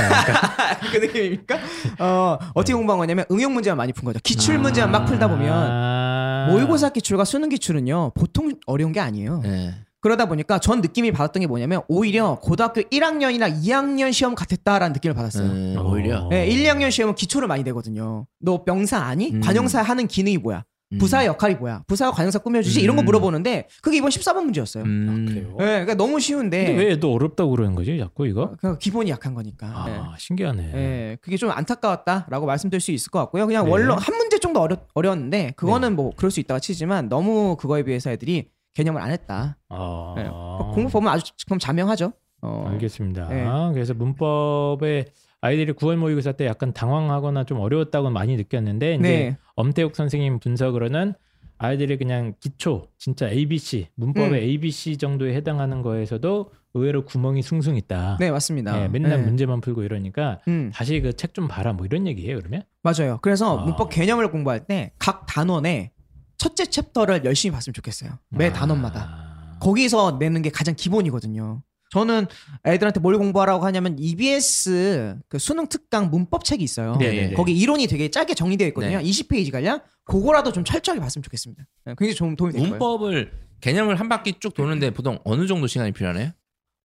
C: 그 느낌입니까? 어, 어떻게 공부한 거냐면 응용 문제만 많이 푼 거죠. 기출
B: 아.
C: 문제만 막 풀다 보면
A: 아. 어.
C: 모의고사 기출과 수능 기출은요 보통 어려운 게 아니에요.
B: 예.
C: 그러다 보니까 전 느낌이 받았던 게 뭐냐면 오히려 고등학교 1학년이나 2학년 시험 같았다라는 느낌을 받았어요.
B: 음, 오히려.
C: 네, 1, 2학년 시험은 기초를 많이 되거든요. 너 명사 아니?
B: 음.
C: 관형사 하는 기능이 뭐야? 부사의 역할이 뭐야? 부사와 관형사 꾸며주지? 이런 거
B: 음.
C: 물어보는데 그게 이번 14번 문제였어요. 네,
B: 음.
A: 그래요.
C: 그러니까 너무
A: 근데
C: 쉬운데
A: 왜 얘도 어렵다고 그러는 거지? 자꾸 이거?
C: 그냥 기본이 약한 거니까. 네.
A: 아 신기하네.
C: 예, 그게 좀 안타까웠다라고 말씀드릴 수 있을 것 같고요. 그냥
A: 네.
C: 원론 한 문제 정도 어려, 어려웠는데 그거는 뭐 그럴 수 있다가 치지만 너무 그거에 비해서 애들이 개념을 안 했다.
A: 아.
C: 예, 공부법은 아주 지금 자명하죠. 어,
A: 알겠습니다.
C: 네.
A: 그래서 문법에 아이들이 9월 모의고사 때 약간 당황하거나 좀 어려웠다고 많이 느꼈는데 이제
C: 네.
A: 엄태욱 선생님 분석으로는 아이들이 그냥 기초 진짜 ABC 문법의
C: 음.
A: ABC 정도에 해당하는 거에서도 의외로 구멍이 숭숭 있다.
C: 네, 맞습니다.
A: 예, 맨날
C: 예.
A: 문제만 풀고 이러니까
C: 음,
A: 다시 그 책 좀 봐라 뭐 이런 얘기예요 그러면?
C: 맞아요. 그래서
A: 아.
C: 문법 개념을 공부할 때 각 단원의 첫째 챕터를 열심히 봤으면 좋겠어요. 매
A: 아.
C: 단원마다. 거기서 내는 게 가장 기본이거든요. 저는 애들한테 뭘 공부하라고 하냐면 EBS 그 수능 특강 문법 책이 있어요.
A: 네네네.
C: 거기 이론이 되게 짧게 정리되어 있거든요. 20페이지 가량. 그거라도 좀 철저하게 봤으면 좋겠습니다. 네, 굉장히 좀 도움이 될 거예요.
B: 문법을 개념을 한 바퀴 쭉 도는데 보통 어느 정도 시간이 필요하나요?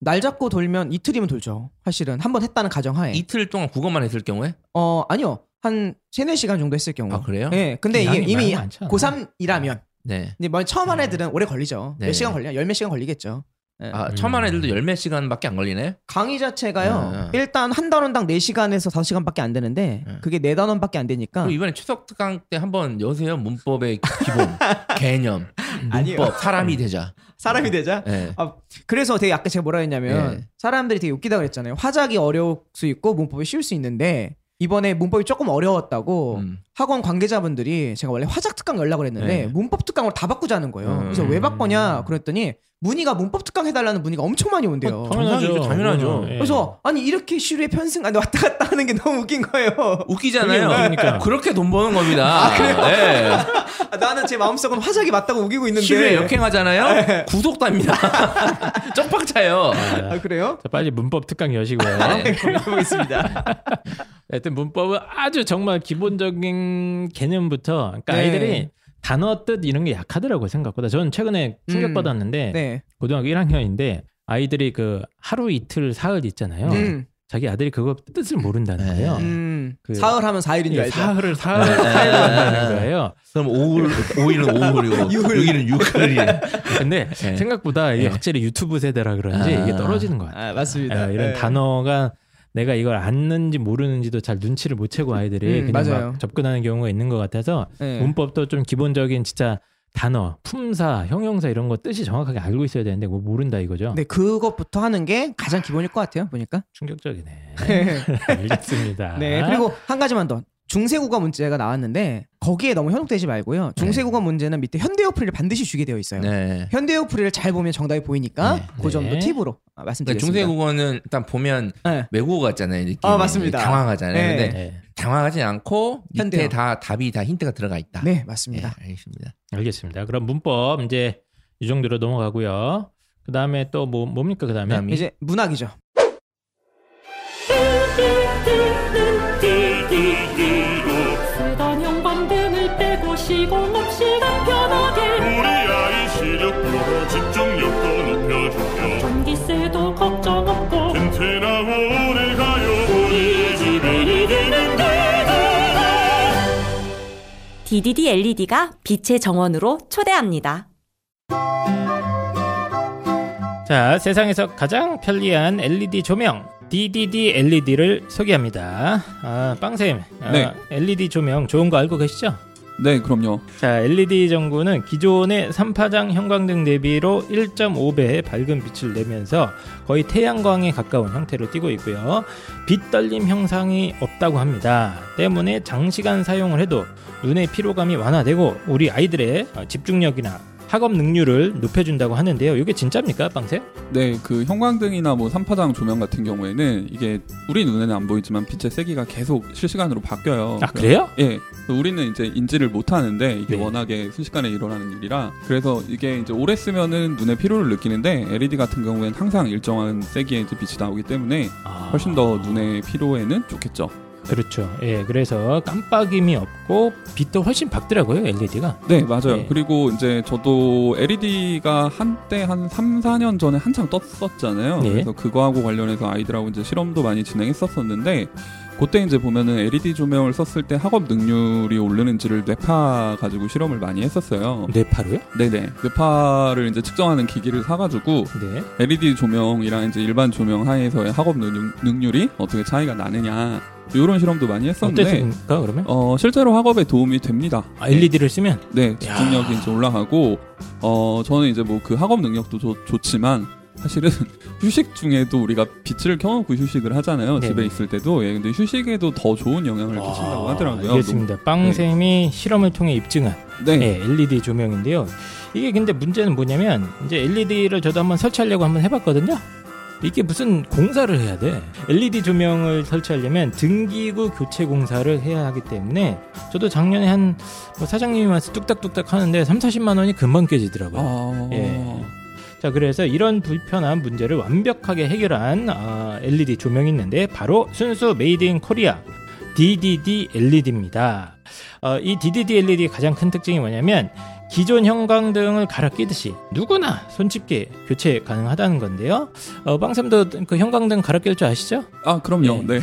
C: 날 잡고 돌면 이틀이면 돌죠. 사실은 한 번 했다는 가정하에.
B: 이틀 동안 국어만 했을 경우에?
C: 어 아니요 한 세네 시간 정도 했을 경우.
B: 아 그래요?
C: 네, 근데 이게
A: 양이
C: 이미
A: 많이 많지 않아요?
C: 고3이라면
B: 네.
C: 근데 뭐 처음 한 애들은 오래 걸리죠.
B: 네.
C: 몇 시간 걸려? 열몇 시간 걸리겠죠. 네.
B: 아 처음 한
A: 음.
B: 애들도 열몇 시간밖에 안 걸리네.
C: 강의 자체가요.
B: 네, 네.
C: 일단 한 단원당 4시간에서 5시간밖에 안 되는데
B: 네.
C: 그게 4단원밖에 안 되니까
B: 그리고 이번에 추석 특강 때 한번 여세요 문법의 기본 개념
C: 아니에요.
B: 문법 사람이 되자.
C: 사람이 되자.
B: 네.
C: 아, 그래서 되게 아까 제가 뭐라 했냐면
B: 네.
C: 사람들이 되게 웃기다 그랬잖아요. 화작이 어려울 수 있고 문법이 쉬울 수 있는데 이번에 문법이 조금 어려웠다고
B: 음.
C: 학원 관계자분들이 제가 원래 화작 특강 연락을 했는데
B: 네.
C: 문법 특강으로 다 바꾸자는 거예요.
B: 음.
C: 그래서 왜 바꾸냐 그랬더니 문의가 문법 특강 해달라는 문의가 엄청 많이 온대요.
A: 어,
B: 정상이죠, 당연하죠.
A: 그거는, 예.
C: 그래서 아니 이렇게 시류에 편승 아니 왔다 갔다 하는 게 너무 웃긴 거예요.
A: 그게
B: 웃기잖아요.
A: 웃기니까.
B: 그렇게 돈 버는 겁니다. 아, 그래요? 네.
C: 아, 나는 제 마음속은 화작이 맞다고 우기고 있는데. 네.
B: 시외 역행하잖아요. 구독답니다. 쪽박차요.
C: 아 그래요?
A: 자, 빨리 문법 특강 여시고요.
C: 네. 보겠습니다.
A: 하여튼 문법은 아주 정말 기본적인 개념부터 그러니까
C: 네.
A: 아이들이 단어 뜻 이런 게 약하더라고요 생각보다. 저는 최근에 충격 받았는데
C: 네.
A: 고등학교 1학년인데 아이들이 그 하루 이틀 사흘 있잖아요.
C: 음.
A: 자기 아들이 그거 뜻을 모른다는
B: 네.
A: 거예요.
C: 음.
A: 그-
C: 사흘 하면 사일인 줄
A: 예,
C: 알죠.
A: 사흘을 사흘 사흘을 한다는 거예요.
B: 그럼 오일 오일은 오일이고 여기는 육일이에요.
A: 근데
B: 네.
A: 생각보다 이게
B: 네.
A: 확실히 유튜브 세대라 그런지
B: 아.
A: 이게 떨어지는 것 같아요.
C: 아, 맞습니다.
A: 예, 이런
C: 네.
A: 단어가 내가 이걸 아는지 모르는지도 잘 눈치를 못 채고 아이들이 그냥
C: 음, 맞아요.
A: 막 접근하는 경우가 있는 것 같아서
C: 네.
A: 문법도 좀 기본적인 진짜 단어, 품사, 형용사 이런 거 뜻이 정확하게 알고 있어야 되는데 뭐 모른다 이거죠.
C: 네, 그것부터 하는 게 가장 기본일 것 같아요. 보니까.
A: 충격적이네. 아. 알겠습니다.
C: 네. 그리고 한 가지만 더. 중세국어 문제가 나왔는데 거기에 너무 현혹되지 말고요. 중세국어 문제는 밑에 현대어 풀이를 반드시 주게 되어 있어요.
B: 네.
C: 현대어 풀이를 잘 보면 정답이 보이니까
B: 네.
C: 그 점도
A: 네.
C: 팁으로 아,
B: 그러니까
C: 말씀드리겠습니다.
B: 중세 국어는 일단 보면
C: 네.
B: 외국어 같잖아요. 느낌이.
C: 아, 맞습니다.
B: 당황하잖아요.
C: 네.
B: 근데
A: 네,
B: 당황하지 않고 밑에
C: 현대요.
B: 다 답이 다 힌트가 들어가 있다.
C: 네,
B: 네,
C: 맞습니다.
B: 알겠습니다.
A: 알겠습니다. 그럼 문법 이제 이 정도로 넘어가고요. 그 다음에 또 뭐, 뭡니까 그 다음에?
B: 그다음이
C: 이제 문학이죠.
F: 쓰던 형광 등을 빼고 시공 없이 간편하게
E: 우리 아이 시력도 집중력도 높여주며
F: 전기세도 걱정 없고
E: 튼튼하고 오래 가요 우리 집에 이기는
G: DDD LED가 빛의 정원으로 초대합니다.
A: 자, 세상에서 가장 편리한 LED 조명 DDD LED를 소개합니다. 아, 빵쌤, 아,
H: 네.
A: LED 조명 좋은 거 알고 계시죠?
H: 네, 그럼요.
A: 자, LED 전구는 기존의 3파장 형광등 대비로 1.5배의 밝은 빛을 내면서 거의 태양광에 가까운 형태로 띄고 있고요. 빛 떨림 형상이 없다고 합니다. 때문에 장시간 사용을 해도 눈의 피로감이 완화되고 우리 아이들의 집중력이나 학업 능률을 높여준다고 하는데요. 이게 진짜입니까, 빵새?
H: 네, 그 형광등이나 뭐 삼파장 조명 같은 경우에는 이게 우리 눈에는 안 보이지만 빛의 세기가 계속 실시간으로 바뀌어요.
A: 아 그래요?
H: 예, 우리는 이제 인지를 못하는데 이게
A: 네.
H: 워낙에 순식간에 일어나는 일이라 그래서 이게 이제 오래 쓰면은 눈의 피로를 느끼는데 LED 같은 경우에는 항상 일정한 세기의 이제 빛이 나오기 때문에
A: 아,
H: 훨씬 더 눈의 피로에는 좋겠죠.
A: 그렇죠. 예, 그래서 깜빡임이 없고 빛도 훨씬 밝더라고요, LED가.
H: 네, 맞아요.
A: 네.
H: 그리고 이제 저도 LED가 한때 한 3, 4년 전에 한창 떴었잖아요.
A: 네.
H: 그래서 그거하고 관련해서 아이들하고 이제 실험도 많이 진행했었었는데 그때 이제 보면은 LED 조명을 썼을 때 학업 능률이 오르는지를 뇌파 가지고 실험을 많이 했었어요.
A: 뇌파로요?
H: 네네. 뇌파를 이제 측정하는 기기를 사가지고
A: 네.
H: LED 조명이랑 이제 일반 조명 하에서의 학업 능- 능률이 어떻게 차이가 나느냐 이런 실험도 많이 했었는데
A: 어땠습니까, 그러면?
H: 어, 실제로 학업에 도움이 됩니다.
A: 아, LED를 쓰면?
H: 네, 집중력이 이제 올라가고, 어, 저는 이제 뭐 그 학업 능력도 좋, 좋지만, 사실은 휴식 중에도 우리가 빛을 켜놓고 휴식을 하잖아요.
A: 네. 아,
H: 집에 있을 때도. 예, 근데 휴식에도 더 네, 좋은 영향을 끼친다고 하더라고요. 네.
A: 알겠습니다. 빵샘이 실험을 통해 입증한
H: 너무- 네.
A: 예, LED 조명인데요. 이게 근데 문제는 뭐냐면 이제 LED를 저도 한번 설치하려고 한번 해봤거든요. 이게 무슨 공사를 해야 돼. LED 조명을 설치하려면 등기구 교체 공사를 해야 하기 때문에 저도 작년에 한뭐 사장님이 와서 뚝딱뚝딱 하는데 3, 40만 원이 금방 깨지더라고요.
H: 아,
A: 예. 자, 그래서 이런 불편한 문제를 완벽하게 해결한 아, LED 조명이 있는데 바로 순수 메이드 인 코리아 DDD LED입니다. 어, 이 DDD LED의 가장 큰 특징이 뭐냐면 기존 형광등을 갈아 끼듯이 누구나 손쉽게 교체 가능하다는 건데요. 어, 빵샘도 그 형광등 갈아 낄 줄 아시죠?
H: 아, 그럼요.
A: 예.
H: 네.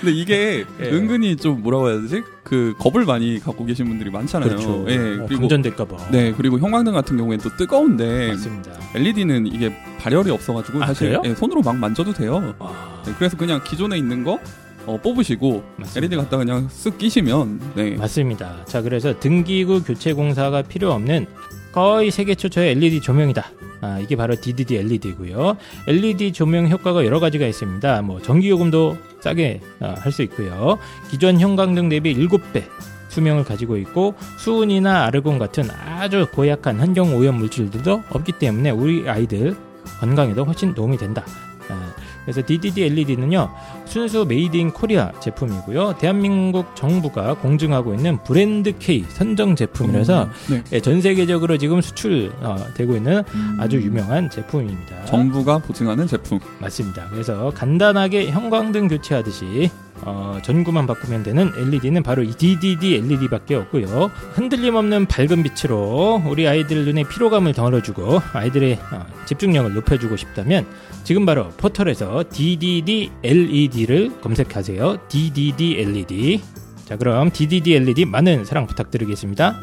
H: 근데 이게
A: 예.
H: 은근히 좀 뭐라고 해야 되지? 그 겁을 많이 갖고 계신 분들이 많잖아요. 예.
A: 어,
H: 그리고
A: 감전될까봐.
H: 네, 그리고 형광등 같은 경우에는 또 뜨거운데
A: 맞습니다.
H: LED는 이게 발열이 없어가지고
A: 아,
H: 사실
A: 그래요?
H: 예, 손으로 막 만져도 돼요.
A: 아,
H: 네, 그래서 그냥 기존에 있는 거 어, 뽑으시고
A: 맞습니다.
H: LED 갖다 그냥 쓱 끼시면 네.
A: 맞습니다. 자, 그래서 등기구 교체 공사가 필요 없는 거의 세계 최초의 LED 조명이다. 아, 이게 바로 DDD LED고요. LED 조명 효과가 여러 가지가 있습니다. 뭐 전기 요금도 싸게 아, 할 수 있고요. 기존 형광등 대비 7배 수명을 가지고 있고 수은이나 아르곤 같은 아주 고약한 환경 오염 물질들도 없기 때문에 우리 아이들 건강에도 훨씬 도움이 된다. 아, 그래서 DDD LED는요 E 순수 메이드 인 코리아 제품이고요 대한민국 정부가 공증하고 있는 브랜드 K 선정 제품이라서
H: 네.
A: 예, 전 세계적으로 지금 수출되고 있는 아주 유명한 제품입니다.
H: 음. 정부가 보증하는 제품.
A: 맞습니다. 그래서 간단하게 형광등 교체하듯이 어, 전구만 바꾸면 되는 LED는 바로 이 DDD LED밖에 없고요. 흔들림 없는 밝은 빛으로 우리 아이들 눈의 피로감을 덜어주고 아이들의 어, 집중력을 높여주고 싶다면 지금 바로 포털에서 DDD LED를 검색하세요. DDD LED. 자 그럼 DDD LED 많은 사랑 부탁드리겠습니다.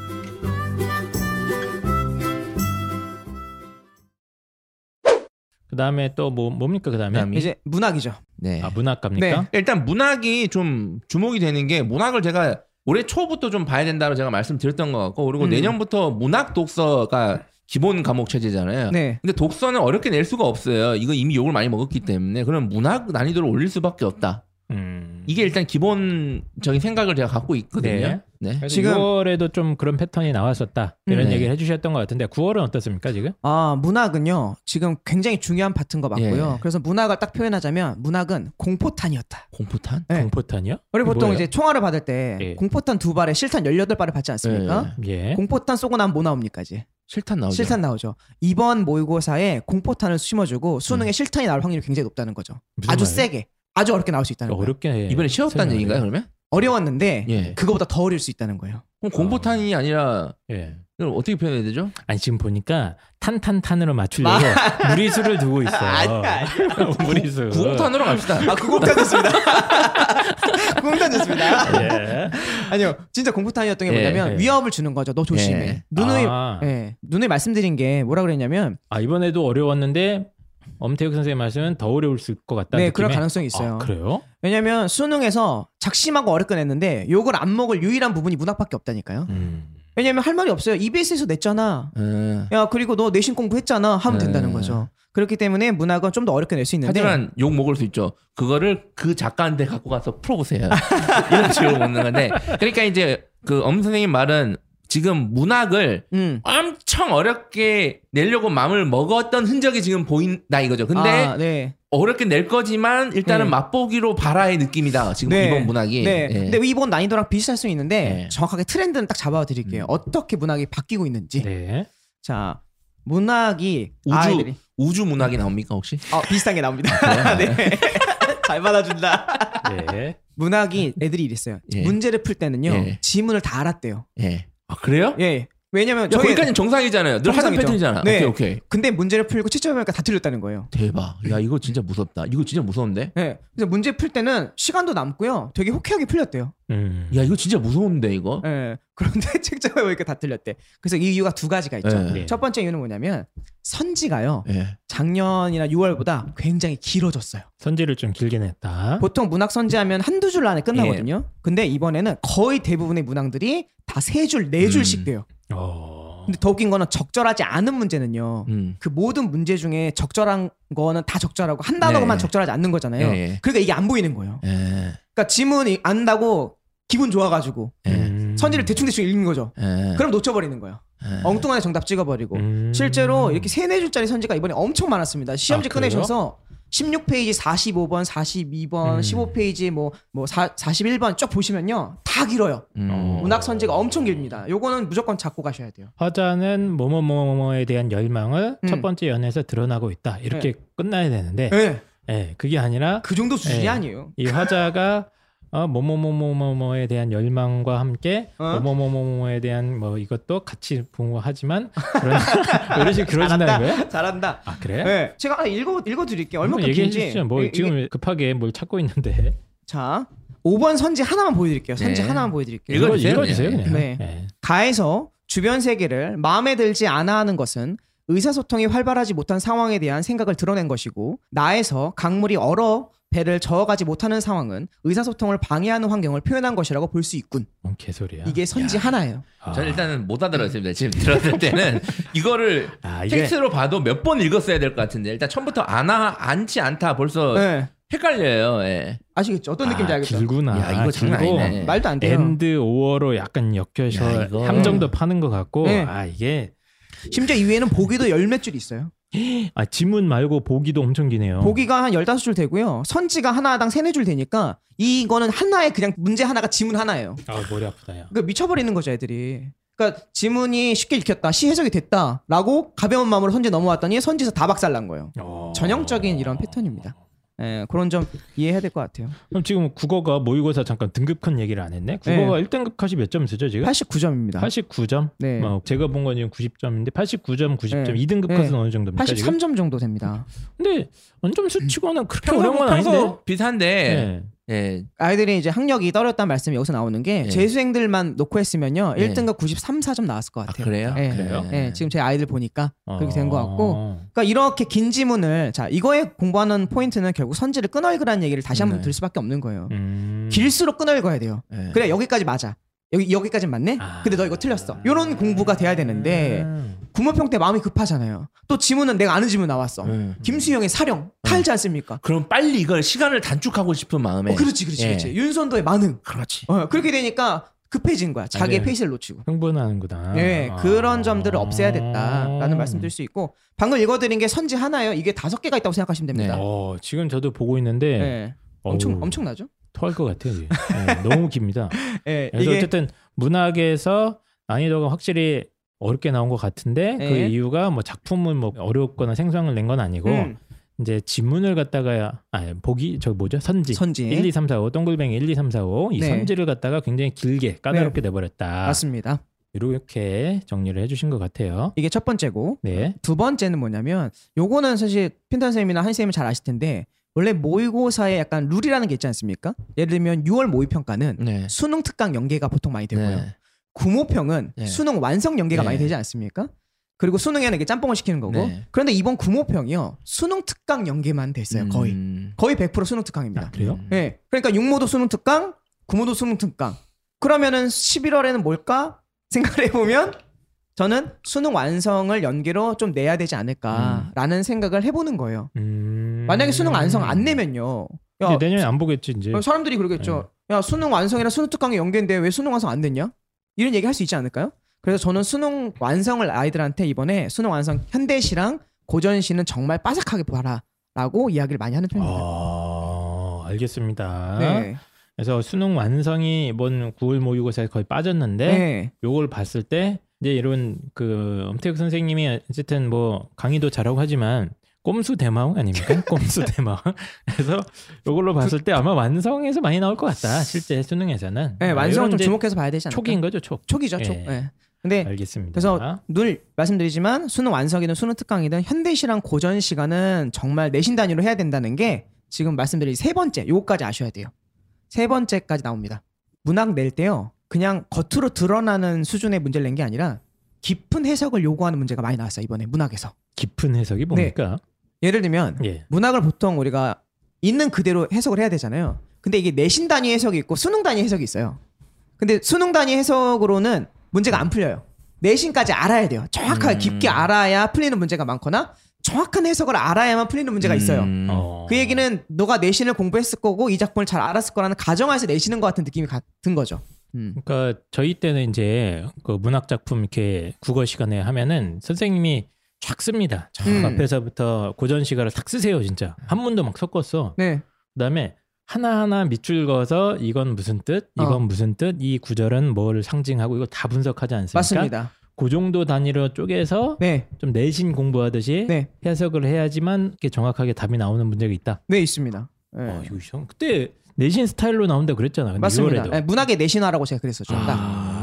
A: 그 다음에 또 뭐 뭡니까 그 다음에
B: 그다음이?
C: 이제 문학이죠.
B: 네.
A: 아 문학갑니까?
C: 네.
B: 일단 문학이 좀 주목이 되는 게 문학을 제가 올해 초부터 좀 봐야 된다고 제가 말씀드렸던 것 같고 그리고
C: 음.
B: 내년부터 문학 독서가 기본 과목 체제잖아요.
C: 네.
B: 근데 독서는 어렵게 낼 수가 없어요. 이거 이미 욕을 많이 먹었기 때문에 그럼 문학 난이도를 올릴 수밖에 없다.
A: 음.
B: 이게 일단 기본적인 생각을 제가 갖고 있거든요. 네.
A: 지금
C: 지금- 음.
A: 6월에도 좀 그런 패턴이 나왔었다 이런
B: 네.
A: 얘기를 해주셨던 것 같은데 9월은 어떻습니까 지금?
C: 아 문학은요 지금 굉장히 중요한 파트인 거 맞고요.
B: 예.
C: 그래서 문학을 딱 표현하자면 문학은 공포탄이었다.
B: 공포탄?
C: 네.
A: 공포탄이요?
C: 우리 보통
A: 뭐예요?
C: 이제 총알을 받을 때
A: 예.
C: 공포탄 두 발에 실탄 18발을 받지 않습니까?
A: 예.
C: 공포탄 쏘고 나면 뭐 나옵니까 이제?
B: 실탄 나오죠.
C: 실탄 나오죠. 이번 모의고사에 공포탄을 심어주고 수능에 실탄이 나올 확률이 굉장히 높다는 거죠.
A: 음. 무슨
C: 아주
A: 말이에요?
C: 세게. 아주 어렵게 나올 수 있다는 거예요.
A: 어렵게 해.
B: 이번에 쉬웠다는
A: 설명을
B: 얘기인가요
A: 해요.
B: 그러면?
C: 어려웠는데
B: 예.
C: 그거보다 더 어려울 수 있다는 거예요.
B: 그럼 공포탄이 아니라
A: 예.
B: 이걸 어떻게 표현해야 되죠?
A: 아니 지금 보니까 탄탄탄으로 맞추려고 무리수를 두고 있어요. 무리수.
B: 구공탄으로 갑시다.
C: 아 구공탄 좋습니다. 구공탄 좋습니다.
A: 예.
C: 아니요, 진짜 공포탄이었던 게
B: 예,
C: 뭐냐면
A: 예.
C: 위협을 주는 거죠. 너 조심해.
B: 예.
C: 누누이
A: 아.
C: 예, 누누이 말씀드린 게 뭐라 그랬냐면
A: 아 이번에도 어려웠는데 엄태욱 선생님 말씀은 더 어려울 수 있을 것 같다.
C: 네 그럴 가능성이 있어요.
A: 아, 그래요?
C: 왜냐면 수능에서 작심하고 어렵게 냈는데 욕을 안 먹을 유일한 부분이 문학밖에 없다니까요.
A: 음.
C: 왜냐면 할 말이 없어요. EBS에서 냈잖아.
B: 음.
C: 야 그리고 너 내신 공부했잖아. 하면 된다는
B: 음.
C: 거죠. 그렇기 때문에 문학은 좀 더 어렵게 낼 수 있는데
B: 예. 하지만 욕 먹을 수 있죠. 그거를 그 작가한테 갖고 가서 풀어보세요. 이런 식으로 먹는 건데. 그러니까 이제 그 엄 선생님 말은 지금 문학을
C: 음.
B: 엄청 어렵게 내려고 마음을 먹었던 흔적이 지금 보인다 이거죠. 근데
C: 아, 네.
B: 어렵게 낼 거지만 일단은
C: 네.
B: 맛보기로 바라의 느낌이다. 지금
C: 네.
B: 이번 문학이.
C: 네.
B: 예.
C: 근데 이번 난이도랑 비슷할 수 있는데
B: 네.
C: 정확하게 트렌드는 딱 잡아드릴게요.
B: 음.
C: 어떻게 문학이 바뀌고 있는지.
A: 네.
C: 자, 문학이
B: 우주
C: 아이들이
B: 우주 문학이 나옵니까 혹시?
C: 어, 비슷한 게 나옵니다. 네. 잘 받아준다.
A: 네.
C: 문학이 애들이 이랬어요.
B: 예.
C: 문제를 풀 때는요
B: 예.
C: 지문을 다 알았대요.
B: 예. 아 그래요?
C: 예. 왜냐면
B: 야,
C: 저희
B: 거기까지는 정상이잖아요. 늘 하던
C: 정상이죠.
B: 패턴이잖아.
C: 네.
B: 오케이 오케이.
C: 근데 문제를 풀고 채점해보니까 다 틀렸다는 거예요.
B: 대박. 야 이거 진짜 무섭다. 이거 진짜 무서운데?
C: 예. 그래서 문제 풀 때는 시간도 남고요. 되게 호쾌하게 풀렸대요.
A: 음.
B: 야 이거 진짜 무서운데 이거?
C: 예. 그런데 채점해보니까 다 틀렸대. 그래서 이 이유가 두 가지가 있죠.
B: 예.
A: 네.
C: 첫 번째 이유는 뭐냐면 선지가요.
B: 예.
C: 작년이나 6월보다 굉장히 길어졌어요.
A: 선지를 좀 길게 냈다.
C: 보통 문학 선지하면 한두 줄 안에 끝나거든요.
B: 예.
C: 근데 이번에는 거의 대부분의 문항들이 다 세 줄, 네 줄씩
B: 음.
C: 돼요.
A: 어.
C: 근데 더 웃긴 거는 적절하지 않은 문제는요.
B: 음.
C: 그 모든 문제 중에 적절한 거는 다 적절하고 한 단어만
B: 네.
C: 적절하지 않는 거잖아요.
B: 예, 예.
C: 그러니까 이게 안 보이는 거예요.
B: 예.
C: 그러니까 지문이 안다고 기분 좋아가지고
B: 예.
A: 음. 네.
C: 선지를 대충대충 읽는 거죠.
B: 예.
C: 그럼 놓쳐버리는 거예요.
B: 예.
C: 그 엉뚱한 정답 찍어버리고.
A: 음.
C: 뭐. 실제로 이렇게 세네 줄짜리 선지가 이번에 엄청 많았습니다. 시험지
A: 아, 그래요?
C: 꺼내셔서 16페이지 45번, 42번,
A: 음.
C: 15페이지 뭐뭐 41번 쭉 보시면요. 다 길어요.
B: 음.
A: 어.
C: 문학 선지가 엄청 길입니다. 요거는 무조건 잡고 가셔야 돼요.
A: 화자는 뭐뭐뭐뭐에 대한 열망을
C: 음. 네.
A: 첫 번째 연애에서 드러나고 있다. 이렇게 끝나야 되는데,
C: 예.
A: 예, 그게 아니라
C: 그 정도 수준이
A: 예.
C: 아니에요.
A: 이 화자가 어, 뭐뭐뭐뭐뭐뭐에 대한 열망과 함께
C: 어?
A: 뭐뭐뭐뭐뭐에 대한 뭐 이것도 같이 부모하지만 그런 이런 식으로 그러신다는 거예요?
C: 잘한다.
A: 아 그래?
C: 예. 제가 하나 읽어 읽어 드릴게요.
A: 한번
C: 얼마큼
A: 얘기해
C: 긴지.
A: 주시죠. 뭐
C: 이게-
A: 지금 급하게 뭘 찾고 있는데
C: 자, 5번 선지 하나만 보여 드릴게요. 선지
B: 네.
C: 하나만 보여 드릴게요.
B: 읽어- 읽어주세요,
A: 읽어주세요
B: 그냥.
A: 그냥.
C: 네.
A: 예.
C: 가에서 주변 세계를 마음에 들지 않아 하는 것은 의사소통이 활발하지 못한 상황에 대한 생각을 드러낸 것이고 나에서 강물이 얼어 배를 저어가지 못하는 상황은 의사소통을 방해하는 환경을 표현한 것이라고 볼 수 있군.
A: 뭔 개소리야?
C: 이게 선지 하나예요.
A: 아.
B: 저는 일단은 못 알아들었습니다. 지금 들었을 때는 이거를
A: 아, 이게-
B: 텍스트로 봐도 몇 번 읽었어야 될 것 같은데 일단 처음부터 안아 안지 않다 벌써
C: 네.
B: 헷갈려요. 예.
C: 아시겠죠? 어떤 느낌인지
A: 어. 아,
C: 알겠죠?
A: 길구나.
B: 야 이거 장난
A: 길고
B: 아니네.
C: 말도 안 돼요.
A: 엔드 오어로 약간 엮여서
B: 야, 이거.
A: 함정도 파는 것 같고
C: 네.
A: 아 이게
C: 심지어 이외에는 보기도 열 몇 줄 있어요.
A: 아 지문 말고 보기도 엄청
B: 어.
A: 기네요.
C: 보기가 한 15줄 되고요. 선지가 하나당 세네 줄 되니까 이거는 하나의 그냥 문제 하나가 지문 하나예요.
A: 아 머리 아프다야.
C: 그러니까 미쳐버리는 거죠 애들이. 그러니까 지문이 쉽게 읽혔다, 시 해석이 됐다라고 가벼운 마음으로 선지 넘어왔더니 선지에서 다 박살난 거예요.
A: 어.
C: 전형적인 이런 패턴입니다. 예, 그런 점 이해해야 될 것 같아요.
A: 그럼 지금 국어가 모의고사 잠깐 등급컷 얘기를 안 했네. 국어가 1등급 컷이 몇 점 쓰죠 지금?
C: 89점입니다.
A: 89점?
C: 네.
A: 뭐 제가 본 건 지금 90점인데 89점, 90점.
C: 네.
A: 2등급 컷은
C: 네.
A: 어느 정도입니까? 지금?
C: 83점 정도 됩니다.
A: 근데 원점수 치고는 그렇게 어려운
B: 평소
A: 건 아닌데. 네.
B: 평소
C: 네.
B: 비슷한데 예.
C: 아이들이 이제 학력이 떨어졌다는 말씀이 여기서 나오는 게
B: 예.
C: 재수생들만 놓고 했으면요.
B: 예.
C: 1등급 93, 4점 나왔을 것
B: 아
C: 같아요.
B: 그래요? 네.
C: 예.
A: 그래요?
C: 예, 지금 제 아이들 보니까 그렇게 된 것 같고
A: 어.
C: 그러니까 이렇게 긴 지문을 자 이거에 공부하는 포인트는 결국 선지를 끊어읽으라는 얘기를 다시 한번
B: 네.
C: 들 수밖에 없는 거예요.
A: 음. 네.
C: 길수록 끊어읽어야 돼요.
B: 예.
C: 그래 여기까지 맞아. 여기 여기까지 맞네.
A: 아.
C: 근데 너 이거 틀렸어. 요런 공부가 돼야 되는데
A: 음.
C: 구모평 때 마음이 급하잖아요. 또 지문은 내가 아는 지문 나왔어.
A: 음.
B: 예.
C: 김수영의 사령 탈지 않습니까?
B: 그럼 빨리 이걸 시간을 단축하고 싶은 마음에
A: 네.
C: 어, 그렇지 그렇지
B: 예.
C: 그렇지. 윤선도의 만능.
B: 그렇지.
C: 어, 그렇게 되니까 급해진 거야. 자기의
A: 아, 네.
C: 페이스를 놓치고.
A: 흥분하는구나.
C: 예,
A: 아.
C: 그런 점들을 없애야 됐다라는 말씀드릴 수 있고 방금 읽어드린 게 선지 하나요. 이게 다섯 개가 있다고 생각하시면 됩니다.
A: 어, 지금 저도 보고 있는데
C: 예. 엄청
A: 어우,
C: 엄청나죠?
A: 토할 것 같아요. 이게. 예, 너무 깁니다.
C: 예,
A: 그래서 어쨌든 문학에서 난이도가 확실히 어렵게 나온 것 같은데 그
C: 예.
A: 이유가 뭐 작품을 뭐 어렵거나 생소한 걸 낸 건 아니고
C: 음,
A: 이제 지문을 갖다가 아 보기 저 뭐죠 선지,
C: 선지
A: 1, 2, 3, 4, 5 동글뱅이 1, 2, 3, 4, 5이
C: 네.
A: 선지를 갖다가 굉장히 길게 까다롭게 내버렸다
C: 맞습니다.
A: 이렇게 정리를 해주신 것 같아요.
C: 이게 첫 번째고
A: 네,
C: 두 번째는 뭐냐면 요거는 사실 핀턴 쌤이나 한 쌤이 잘 아실 텐데 원래 모의고사에 약간 룰이라는 게 있지 않습니까? 예를 들면 6월 모의평가는
B: 네.
C: 수능 특강 연계가 보통 많이 되고요.
B: 네.
C: 구모평은
B: 네.
C: 수능 완성 연계가
B: 네.
C: 많이 되지 않습니까? 그리고 수능에는 이게 짬뽕을 시키는 거고
B: 네.
C: 그런데 이번 구모평이요 수능 특강 연계만 돼 있어요 거의
B: 음.
C: 거의 100% 수능 특강입니다.
A: 아, 그래요?
C: 예. 그러니까 육모도 수능 특강, 구모도 수능 특강. 그러면은 11월에는 뭘까? 생각을 해보면 저는 수능 완성을 연계로 좀 내야 되지 않을까라는 생각을 해보는 거예요.
A: 음...
C: 만약에 수능 완성 안 내면요. 야,
A: 근데 내년에 네. 안 보겠지 이제.
C: 어, 사람들이 그러겠죠. 야, 수능 완성이랑 수능 특강이 연계인데 왜 수능 완성 안 됐냐? 이런 얘기 할 수 있지 않을까요? 그래서 저는 수능 완성을 아이들한테 이번에 수능 완성 현대시랑 고전시는 정말 빠삭하게 봐라라고 이야기를 많이 하는 편입니다.
A: 어, 알겠습니다.
C: 네.
A: 그래서 수능 완성이 이번 9월 모의고사에 거의 빠졌는데
C: 네.
A: 요걸 봤을 때 이제 이런 그 엄태혁 선생님이 어쨌든 뭐 강의도 잘하고 하지만 꼼수 대마왕 아닙니까? 꼼수 대마왕. 그래서 요걸로 봤을 때 아마 완성에서 많이 나올 것 같다. 실제 수능에서는.
C: 네,
A: 아,
C: 완성을
A: 요런
C: 좀
A: 이제
C: 주목해서 봐야 되지 않을까?
A: 촉인 거죠, 촉.
C: 촉이죠, 촉.
A: 예.
C: 네. 근데
A: 알겠습니다.
C: 그래서 늘 말씀드리지만 수능 완성이든 수능 특강이든 현대시랑 고전 시간은 정말 내신 단위로 해야 된다는 게 지금 말씀드린 세 번째 요거까지 아셔야 돼요. 세 번째까지 나옵니다. 문학 낼 때요. 그냥 겉으로 드러나는 수준의 문제를 낸 게 아니라 깊은 해석을 요구하는 문제가 많이 나왔어요 이번에 문학에서.
A: 깊은 해석이 뭡니까?
C: 예를 들면
A: 예.
C: 문학을 보통 우리가 있는 그대로 해석을 해야 되잖아요. 근데 이게 내신 단위 해석이 있고 수능 단위 해석이 있어요. 근데 수능 단위 해석으로는 문제가 안 풀려요. 내신까지 알아야 돼요. 정확하게
B: 음.
C: 깊게 알아야 풀리는 문제가 많거나 정확한 해석을 알아야만 풀리는 문제가 있어요.
B: 음.
A: 어.
C: 그 얘기는 너가 내신을 공부했을 거고 이 작품을 잘 알았을 거라는 가정하에서 내시는 것 같은 느낌이 같은 거죠. 음.
A: 그러니까 저희 때는 이제 그 문학 작품 이렇게 국어 시간에 하면은 선생님이 쫙 씁니다. 쫙
C: 음.
A: 앞에서부터 고전 시가를 탁 쓰세요, 진짜. 한문도 막 섞었어.
C: 네.
A: 그다음에 하나하나 밑줄 그어서 이건 무슨 뜻, 이건
C: 어.
A: 무슨 뜻, 이 구절은 뭘 상징하고 이거 다 분석하지 않습니까?
C: 맞습니다.
A: 그 정도 단위로 쪼개서
C: 네.
A: 좀 내신 공부하듯이
C: 네.
A: 해석을 해야지만 이렇게 정확하게 답이 나오는 문제가 있다.
C: 네, 있습니다. 네.
A: 어, 이거 이상- 그때 내신 스타일로 나온다 그랬잖아. 근데
C: 맞습니다.
A: 이번에도.
C: 네, 문학의 내신화라고 제가 그랬었죠. 딱.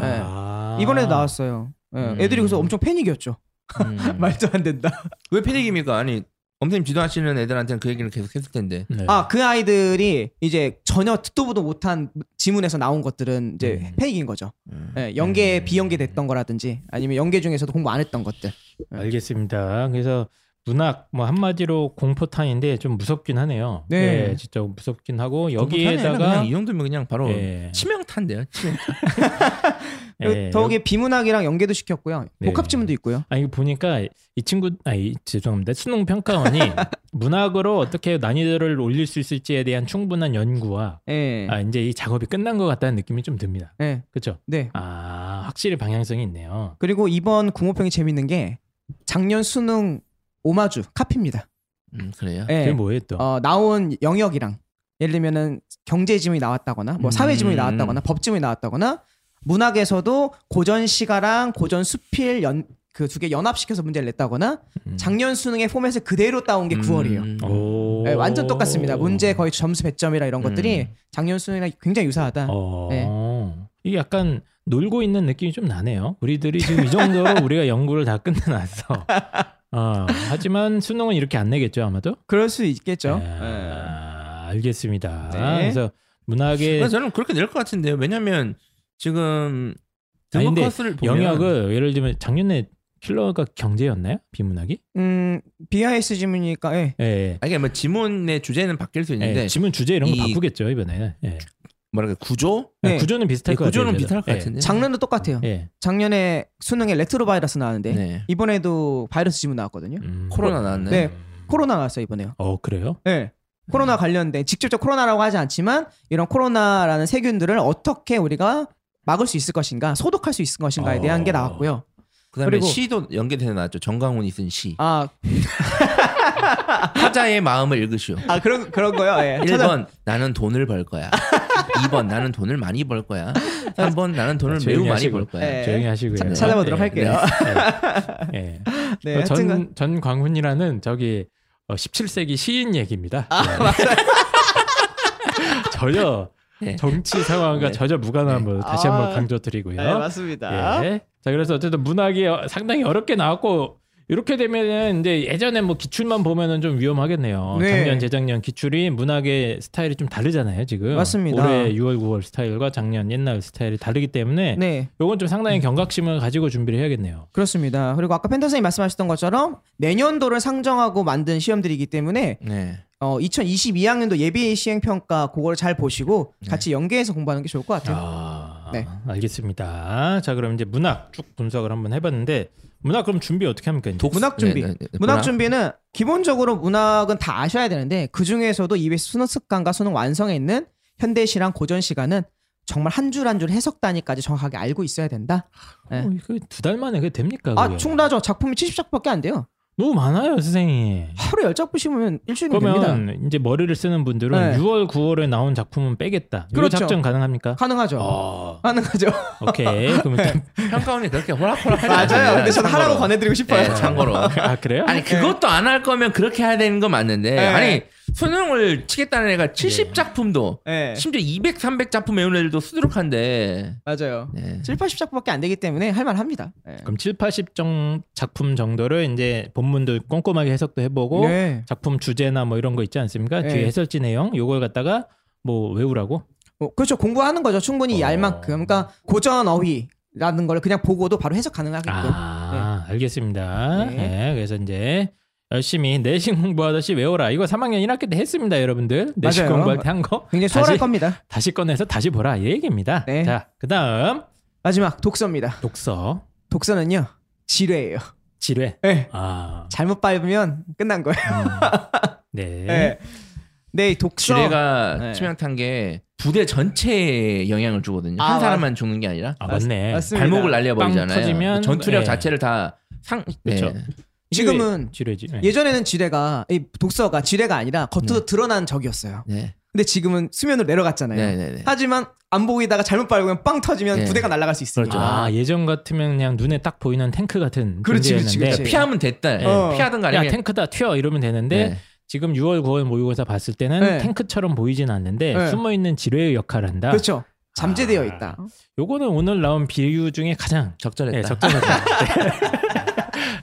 C: 네.
A: 아.
C: 이번에도 나왔어요. 예,
B: 음.
C: 애들이 그래서 엄청 패닉이었죠.
B: 음.
C: 말도 안 된다.
B: 왜 패닉입니까? 아니 엄선님 지도하시는 애들한테는 그 얘기를 계속 했을 텐데.
A: 네.
C: 아 그 아이들이 이제 전혀 듣도 보도 못한 지문에서 나온 것들은 이제
B: 음.
C: 패닉인 거죠. 예, 연계 비연계 됐던 거라든지 아니면 연계 중에서도 공부 안 했던 것들.
A: 알겠습니다. 그래서 문학 뭐 한마디로 공포탄인데 좀 무섭긴 하네요.
C: 네.
A: 예, 진짜 무섭긴 하고
B: 뭐 그냥
A: 여기에다가
B: 이 정도면 그냥 바로
A: 예.
B: 치명타인데요. 치명타.
A: 예,
C: 더욱이 비문학이랑 연계도 시켰고요.
A: 네.
C: 복합지문도 있고요.
A: 아니 보니까 이 친구 아니 죄송합니다 수능 평가원이 문학으로 어떻게 난이도를 올릴 수 있을지에 대한 충분한 연구와
C: 예.
A: 아 이제 이 작업이 끝난 것 같다는 느낌이 좀 듭니다
C: 예.
A: 그렇죠
C: 네.
A: 아 확실히 방향성이 있네요
C: 그리고 이번 궁호평이 재밌는 게 작년 수능 오마주 카피입니다.
B: 음, 그래요.
C: 예.
A: 그게 뭐예요 또
C: 어, 나온 영역이랑 예를 들면은 경제 지문이 나왔다거나 뭐 사회
B: 음.
C: 지문이 나왔다거나 법 지문이 나왔다거나 문학에서도 고전 시가랑 고전 수필 연 그 두 개 연합시켜서 문제를 냈다거나
A: 음.
C: 작년 수능의 포맷을 그대로 따온 게 9월이에요. 어. 예,
B: 음.
A: 오.
C: 네, 완전 똑같습니다. 문제 거의 점수 100점이라 이런 것들이
B: 음.
C: 작년 수능이랑 굉장히 유사하다.
A: 어.
C: 네.
A: 이게 약간 놀고 있는 느낌이 좀 나네요. 우리들이 지금 이 정도로 우리가 연구를 다 끝내놨어. 어, 하지만 수능은 이렇게 안 내겠죠 아마도.
C: 그럴 수 있겠죠.
A: 네.
B: 네.
C: 예.
A: 아, 알겠습니다.
C: 네.
A: 그래서 문학의
C: 예.
B: 그래서 저는 그렇게 낼 것 같은데요. 왜냐면 지금
A: 아니,
B: 등급
A: 근데
B: 컷을 보면
A: 영역을 예를 들면 작년에 킬러가 경제였나요? 비문학이?
C: 음, BIS 지문이니까 예.
A: 예. 예.
B: 아니 뭐 지문의 주제는 바뀔 수 있는데
A: 예, 지문 주제 이런 거
B: 이-
A: 바꾸겠죠 이번에. 예.
B: 뭐랄까 구조
C: 네.
A: 구조는 비슷할
B: 이
A: 것 같아요.
B: 구조는
A: 그래도.
B: 비슷할 것
A: 예.
B: 같은데.
C: 장르도 똑같아요.
A: 예.
C: 작년에 수능에 레트로 바이러스 나왔는데
B: 네.
C: 이번에도 바이러스 지문 나왔거든요.
A: 음.
B: 코로나 나왔네.
C: 네. 코로나 나왔어요 이번에요.
A: 어 그래요?
C: 네.
A: 음.
C: 코로나 관련된 직접적 코로나라고 하지 않지만 이런 코로나라는 세균들을 어떻게 우리가 막을 수 있을 것인가, 소독할 수 있을 것인가에 대한 게
A: 어.
C: 나왔고요.
B: 그다음에
C: 그리고-
B: 시도 연계돼서 나왔죠. 정강훈이 쓴 시.
C: 아,
B: 타자의 마음을 읽으시오.
C: 아 그런 그런 거요. 예.
B: 1번 나는 돈을 벌 거야. 2번 나는 돈을 많이 벌 거야. 3번 나는 돈을
A: 아,
B: 매우
A: 조용히
B: 많이
A: 하시고.
B: 벌 거야.
C: 네.
A: 조용히 하시고요.
C: 찾- 찾아보도록
A: 예,
C: 할게요.
A: 네. 예.
C: 네,
A: 어,
C: 하여튼간
A: 전, 전 광훈이라는 저기 어, 17세기 시인 얘기입니다.
C: 아,
A: 예. 전혀
B: 네.
A: 정치 상황과
B: 네.
A: 전혀 무관한 거 다시
C: 아.
A: 한번 강조드리고요.
C: 네, 맞습니다.
A: 예. 자 그래서 어쨌든 문학이 어- 상당히 어렵게 나왔고 이렇게 되면은 이제 예전에 뭐 기출만 보면은 좀 위험하겠네요.
C: 네.
A: 작년 재작년 기출이 문학의 스타일이 좀 다르잖아요 지금.
C: 맞습니다.
A: 올해 6월 9월 스타일과 작년 옛날 스타일이 다르기 때문에
C: 네.
A: 요건 좀 상당히 경각심을 가지고 준비를 해야겠네요.
C: 그렇습니다. 그리고 아까 펜터 선생님 말씀하셨던 것처럼 내년도를 상정하고 만든 시험들이기 때문에
B: 네.
C: 어, 2022학년도 예비 시행 평가 그걸 잘 보시고 같이
A: 네.
C: 연계해서 공부하는 게 좋을 것 같아요.
A: 아,
C: 네.
A: 알겠습니다. 자, 그럼 이제 문학 쭉 분석을 한번 해봤는데 문학 그럼 준비 어떻게 합니까? 이제?
C: 문학 준비.
B: 네, 네, 네.
C: 문학 준비는 기본적으로 문학은 다 아셔야 되는데 그 중에서도 이외 수능 습관과 수능 완성에 있는 현대시랑 고전 시간은 정말 한 줄 한 줄 해석 단위까지 정확하게 알고 있어야 된다. 네.
A: 어, 이거 두 달 만에 그게 됩니까?
C: 아
A: 그게?
C: 충분하죠. 작품이 70작밖에 안 돼요.
A: 너무 많아요, 선생님.
C: 하루 10작 보시면 일주일이면 됩니다.
A: 그러면 이제 머리를 쓰는 분들은
C: 네.
A: 6월, 9월에 나온 작품은 빼겠다. 이거
C: 그렇죠.
A: 작전 가능합니까?
C: 가능하죠. 네.
A: 어,
C: 가능하죠.
A: 오케이. 그럼 일단
B: 평가원이 그렇게 호락호락 하지
A: 네,
C: 맞아요. 근데 전
B: 참고로.
C: 하라고 권해드리고 싶어요.
B: 예, 참고로.
A: 아 그래요?
C: 예.
B: 아니 그것도 안 할 거면 그렇게 해야 되는 건 맞는데
C: 네.
B: 아니 수능을 치겠다는
C: 예.
B: 애가 70 작품도
C: 네.
B: 심지어 200, 300 작품 외우는 애들도 수두룩한데
C: 맞아요.
B: 네.
C: 7, 80작밖에 안 되기 때문에 할만합니다. 네.
A: 그럼 7, 80 정, 작품 정도를 이제 본문도 꼼꼼하게 해석도 해보고
C: 네.
A: 작품 주제나 뭐 이런 거 있지 않습니까?
C: 네.
A: 뒤에 해설지 내용 요걸 갖다가 뭐 외우라고?
C: 어, 그렇죠. 공부하는 거죠. 충분히
A: 어.
C: 얄 만큼. 그러니까 고전 어휘라는 걸 그냥 보고도 바로 해석 가능하게끔.
A: 아 알겠습니다.
C: 네.
A: 네, 그래서 이제 열심히 내신 공부하듯이 외워라. 이거 3학년 1학기 때 했습니다, 여러분들. 내신
C: 맞아요.
A: 공부할 때 한 거
C: 굉장히
A: 다시
C: 수월할 겁니다.
A: 다시 꺼내서 다시 보라 이 얘기입니다.
C: 네.
A: 자, 그다음
C: 마지막 독서입니다.
A: 독서
C: 독서는요. 지뢰예요.
A: 지뢰.
C: 네.
A: 아, 음.
C: 잘못 밟으면 끝난 거예요.
A: 네.
C: 네. 네, 이 독서.
B: 지뢰가
C: 네.
B: 치명탄 게 부대 전체에 영향을 주거든요.
C: 아,
B: 한
C: 맞-
B: 사람만 죽는 게 아니라
A: 아 맞네.
C: 맞습니다.
B: 발목을 날려
A: 빵
B: 버리잖아요.
A: 터지면-
B: 전투력
A: 예.
B: 자체를 다 상. 네.
A: 그렇죠.
C: 지금은
A: 지뢰지. 네.
C: 예전에는 지뢰가 이 독서가 지뢰가 아니라 겉으로 드러난 적이었어요.
B: 네.
C: 근데 지금은 수면으로 예. 내려갔잖아요.
B: 네, 네, 네.
C: 하지만 안 보이다가 잘못 밟으면 빵 터지면
B: 네.
C: 부대가 날아갈 수 있습니다.
A: 아 예전 같으면 그냥 눈에 딱 보이는 탱크 같은
C: 그렇지, 그렇지,
A: 존재였는데
C: 그렇지.
B: 그러니까 피하면 됐다.
C: 예.
B: 예.
C: 어.
B: 피하든가
A: 야
B: 아니면
A: 탱크다 튀어 이러면 되는데
B: 네.
A: 지금 6월 9월 모의고사 봤을 때는
C: 네.
A: 탱크처럼 보이진 않는데
C: 네.
A: 숨어 있는 지뢰의 역할을 한다.
C: 그렇죠. 잠재되어
A: 아.
C: 있다.
A: 요거는 오늘 나온 비유 중에 가장
B: 적절했다.
A: 예, 적절하다.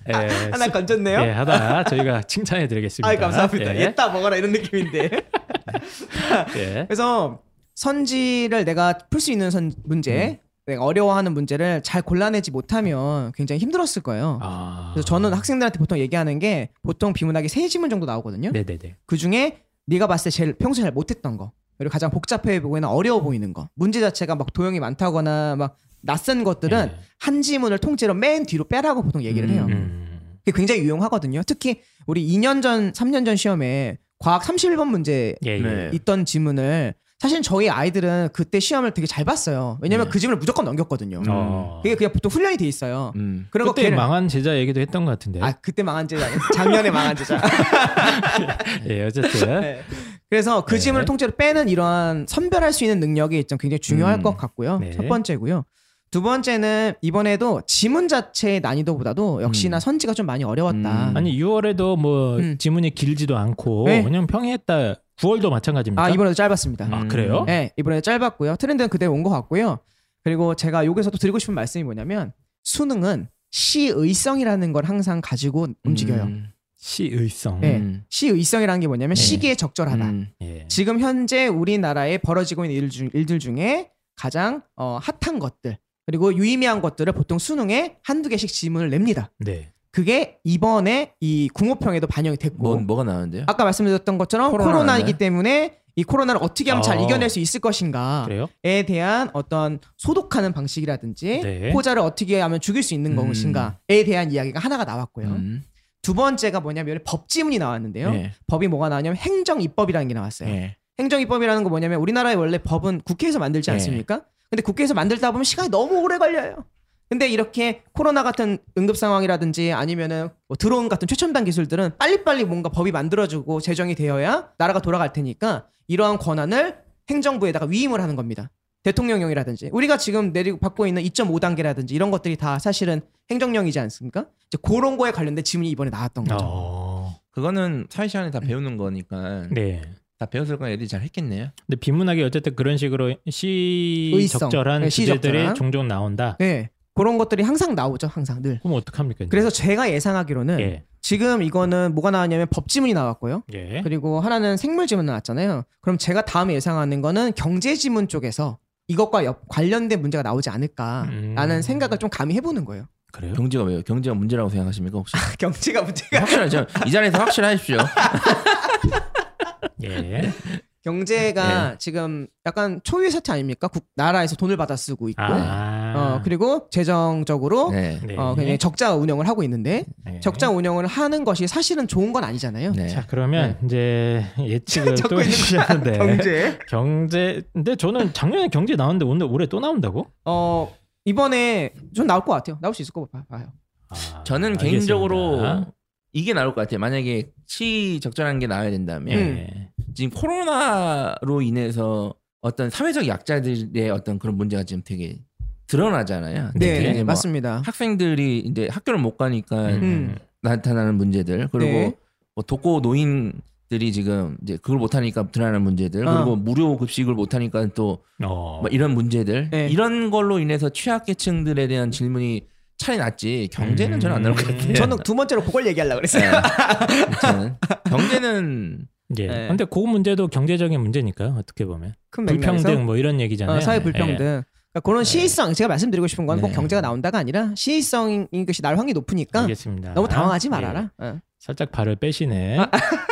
A: 예,
C: 하나 건졌네요.
A: 예, 하다 저희가 칭찬해드리겠습니다.
C: 아이 감사합니다.
A: 예,
C: 옛다 먹어라 이런 느낌인데.
A: 예.
C: 그래서 선지를 내가 풀 수 있는 선
A: 음.
C: 문제, 내가 어려워하는 문제를 잘 골라내지 못하면 굉장히 힘들었을 거예요.
A: 아,
C: 그래서 저는 학생들한테 보통 얘기하는 게 보통 비문학이 세 지문 정도 나오거든요.
A: 네네네.
C: 그 중에 네가 봤을 때 제일 평소에 잘 못했던 거 그리고 가장 복잡해 보이거나 어려워 보이는 거 문제 자체가 막 도형이 많다거나 막 낯선 것들은
A: 예.
C: 한 지문을 통째로 맨 뒤로 빼라고 보통 얘기를 해요.
A: 음,
C: 그게 굉장히 유용하거든요. 특히 우리 2년 전, 3년 전 시험에 과학 31번 문제
A: 예, 예.
B: 네.
C: 있던 지문을 사실 저희 아이들은 그때 시험을 되게 잘 봤어요. 왜냐면
A: 네.
C: 그 지문을 무조건 넘겼거든요.
A: 어.
C: 그게 그냥 보통 음. 훈련이 돼 있어요.
B: 음.
C: 그런 거
A: 그때
C: 걔는-
A: 망한 제자 얘기도 했던 것 같은데.
C: 아 그때 망한 제자 아니에요? 작년에 망한 제자.
A: 예, 어쨌든
C: 네. 그래서 그
A: 네.
C: 지문을 통째로 빼는 이러한 선별할 수 있는 능력이 좀 굉장히 중요할
B: 음.
C: 것 같고요.
A: 네.
C: 첫 번째고요. 두 번째는 이번에도 지문 자체의 난이도보다도 역시나
B: 음.
C: 선지가 좀 많이 어려웠다.
B: 음.
A: 아니 6월에도 뭐
C: 음.
A: 지문이 길지도 않고
C: 네.
A: 그냥 평이했다. 9월도 마찬가지입니까?
C: 아 이번에도 짧았습니다.
A: 아,
B: 어?
A: 그래요?
C: 네, 이번에 짧았고요. 트렌드는 그대로 온 것 같고요. 그리고 제가 여기서 또 드리고 싶은 말씀이 뭐냐면 수능은 시의성이라는 걸 항상 가지고 움직여요.
B: 음.
A: 시의성.
C: 네.
B: 음.
C: 시의성이라는 게 뭐냐면
B: 네.
C: 시기에 적절하다.
B: 음.
A: 예.
C: 지금 현재 우리나라에 벌어지고 있는 일 중, 일들 중에 가장 어, 핫한 것들 그리고 유의미한 것들을 보통 수능에 한두 개씩 지문을 냅니다.
A: 네.
C: 그게 이번에 이 궁호평에도 반영이 됐고
B: 뭐 뭐가 나오는데요?
C: 아까 말씀드렸던 것처럼
B: 코로나
C: 코로나 이기
B: 아니에요?
C: 때문에 이 코로나를 어떻게 하면 잘
A: 아.
C: 이겨낼 수 있을 것인가
A: 그래요?
C: 에 대한 어떤 소독하는 방식이라든지
A: 네.
C: 포자를 어떻게 하면 죽일 수 있는
B: 음.
C: 것인가에 대한 이야기가 하나가 나왔고요.
B: 음.
C: 두 번째가 뭐냐면 법 지문이 나왔는데요.
B: 예.
C: 법이 뭐가 나왔냐면 행정 입법이라는 게 나왔어요.
B: 예.
C: 행정입법이라는 거 뭐냐면 우리나라에 원래 법은 국회에서 만들지
B: 네.
C: 않습니까? 근데 국회에서 만들다 보면 시간이 너무 오래 걸려요. 근데 이렇게 코로나 같은 응급 상황이라든지 아니면은 뭐 드론 같은 최첨단 기술들은 빨리빨리 뭔가 법이 만들어지고 제정이 되어야 나라가 돌아갈 테니까 이러한 권한을 행정부에다가 위임을 하는 겁니다. 대통령령이라든지 우리가 지금 내리고 받고 있는 2.5단계라든지 이런 것들이 다 사실은 행정령이지 않습니까? 이제 그런 거에 관련된 지문이 이번에 나왔던 거죠.
A: 어.
B: 그거는 사회 시간에 다 배우는 거니까
A: 음. 네.
B: 다 배웠을 거니까 애들이 잘 했겠네요.
A: 근데 비문학이 어쨌든 그런 식으로 시
C: 의성.
A: 적절한
C: 네,
A: 주제들이
C: 시적절한.
A: 종종 나온다.
C: 네. 그런 것들이 항상 나오죠. 항상 늘.
A: 그럼 어떡합니까? 이제?
C: 그래서 네. 제가 예상하기로는
A: 예.
C: 지금 이거는 뭐가 나왔냐면 법지문이 나왔고요.
A: 예.
C: 그리고 하나는 생물지문 나왔잖아요. 그럼 제가 다음에 예상하는 거는 경제지문 쪽에서 이것과 역- 관련된 문제가 나오지 않을까라는
A: 음.
C: 생각을 좀 감히 해보는 거예요.
A: 그래요?
B: 경제가 왜요? 경제가 문제라고 생각하십니까 혹시?
A: 아, 그러니까
C: 경제가 문제가 네.
B: 확실하죠. 이 자리에서 확실하십시오.
A: 예.
C: 경제가 지금 약간 초유의 사태 아닙니까? 국, 나라에서 돈을 받아 쓰고 있고.
A: 아.
C: 어, 그리고 재정적으로
B: 네.
A: 네.
C: 어, 그냥 적자 운영을 하고 있는데
A: 네.
C: 적자 운영을 하는 것이 사실은 좋은 건 아니잖아요.
B: 네.
A: 자 그러면 이제 예측을
C: 자꾸
A: 또
C: 있는 거야.
A: 해주셨는데
C: 경제.
A: 경제 근데 저는 작년에 경제 나왔는데 오늘 올해 또 나온다고?
C: 어 이번에 좀 나올 것 같아요. 나올 수 있을 것 같- 봐요.
A: 아,
B: 저는
A: 알겠습니다.
B: 개인적으로 이게 나올 것 같아요. 만약에 치 적절한 게 나와야
A: 예.
B: 된다면
C: 음.
B: 지금 코로나로 인해서 어떤 사회적 약자들의 어떤 그런 문제가 지금 되게 드러나잖아요.
C: 네,
B: 되게
C: 네,
B: 뭐
C: 맞습니다.
B: 학생들이 이제 학교를 못 가니까
A: 음.
B: 나타나는 문제들 그리고
C: 네.
B: 뭐 독거 노인들이 지금 이제 그걸 못 하니까 드러나는 문제들
C: 어.
B: 그리고 무료 급식을 못 하니까 또
A: 어.
B: 뭐 이런 문제들
C: 네.
B: 이런 걸로 인해서 취약계층들에 대한 질문이 차라리 낫지 경제는
A: 음.
B: 저는 안 나올 것 같아요.
C: 저는 두 번째로 그걸 얘기하려고 그랬어요.
B: 네. 저는 경제는
A: 예.
C: 네.
A: 근데 그 문제도 경제적인 문제니까 어떻게 보면
C: 큰 음, 맥락에서
A: 불평등 뭐 이런 얘기잖아요.
C: 어, 사회 불평등.
A: 예.
C: 그러니까 그런 시의성 제가 말씀드리고 싶은 건 꼭
A: 네.
C: 경제가 나온다가 아니라 시의성인 것이 날 확률이 높으니까
A: 알겠습니다.
C: 너무 당황하지
A: 예.
C: 말아라. 아. 어.
A: 살짝 발을 빼시네.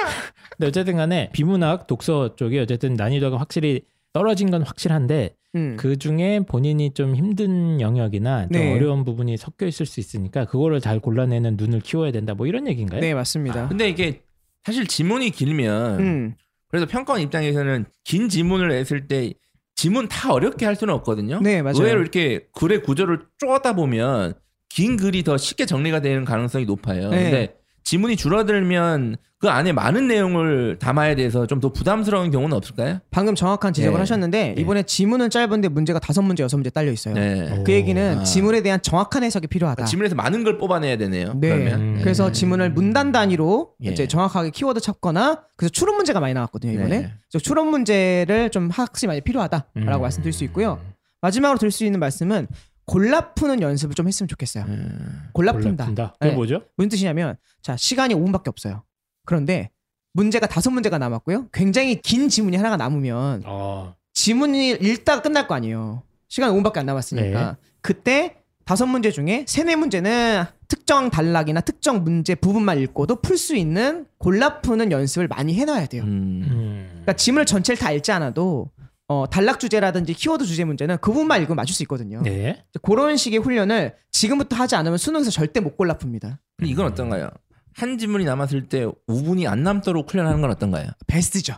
A: 근데 어쨌든 간에 비문학 독서 쪽이 어쨌든 난이도가 확실히 떨어진 건 확실한데
C: 음.
A: 그 중에 본인이 좀 힘든 영역이나 좀
C: 네.
A: 어려운 부분이 섞여 있을 수 있으니까 그거를 잘 골라내는 눈을 키워야 된다 뭐 이런 얘기인가요?
C: 네 맞습니다.
B: 근데 이게 사실 지문이 길면
C: 음.
B: 아, 그래서 평가원 입장에서는 긴 지문을 냈을 때 지문 다 어렵게 할 수는 없거든요.
C: 네, 맞아요.
B: 의외로 이렇게 글의 구조를 쪼다 보면 긴 글이 더 쉽게 정리가 되는 가능성이 높아요.
C: 네.
B: 근데 지문이 줄어들면 그 안에 많은 내용을 담아야 돼서 좀 더 부담스러운 경우는 없을까요?
C: 방금 정확한 지적을
B: 네.
C: 하셨는데 이번에 지문은 짧은데 문제가 다섯 문제 여섯 문제 딸려 있어요.
B: 네.
C: 그 얘기는
B: 아.
C: 지문에 대한 정확한 해석이 필요하다.
B: 지문에서 많은 걸 뽑아내야 되네요.
C: 네.
B: 그러면
A: 음.
C: 그래서 지문을 문단 단위로
B: 예.
C: 이제 정확하게 키워드 찾거나 그래서 추론 문제가 많이 나왔거든요 이번에.
B: 네.
C: 그래서 추론 문제를 좀 학습이 많이 필요하다라고
A: 음.
C: 말씀드릴 수 있고요. 마지막으로 드릴 수 있는 말씀은 골라 푸는 연습을 좀 했으면 좋겠어요.
B: 음.
C: 골라 푼다.
A: 음. 골라푼다. 그게
C: 네.
A: 뭐죠?
C: 무슨 뜻이냐면 자 시간이 5분밖에 없어요. 그런데 문제가 다섯 문제가 남았고요. 굉장히 긴 지문이 하나가 남으면
A: 어.
C: 지문이 읽다가 끝날 거 아니에요. 시간 5분밖에 안
A: 네.
C: 남았으니까. 그때 다섯 문제 중에 세네 문제는 특정 단락이나 특정 문제 부분만 읽고도 풀 수 있는 골라 푸는 연습을 많이 해놔야 돼요.
B: 음.
A: 음.
C: 그러니까 지문을 전체를 다 읽지 않아도 어, 단락 주제라든지 키워드 주제 문제는 그 부분만 읽으면 맞출 수 있거든요.
A: 네.
C: 그런 식의 훈련을 지금부터 하지 않으면 수능에서 절대 못 골라 풉니다.
B: 근데 이건 어떤가요? 한 지문이 남았을 때 5분이 안 남도록 훈련하는 건 어떤가요? 네.
C: 베스트죠.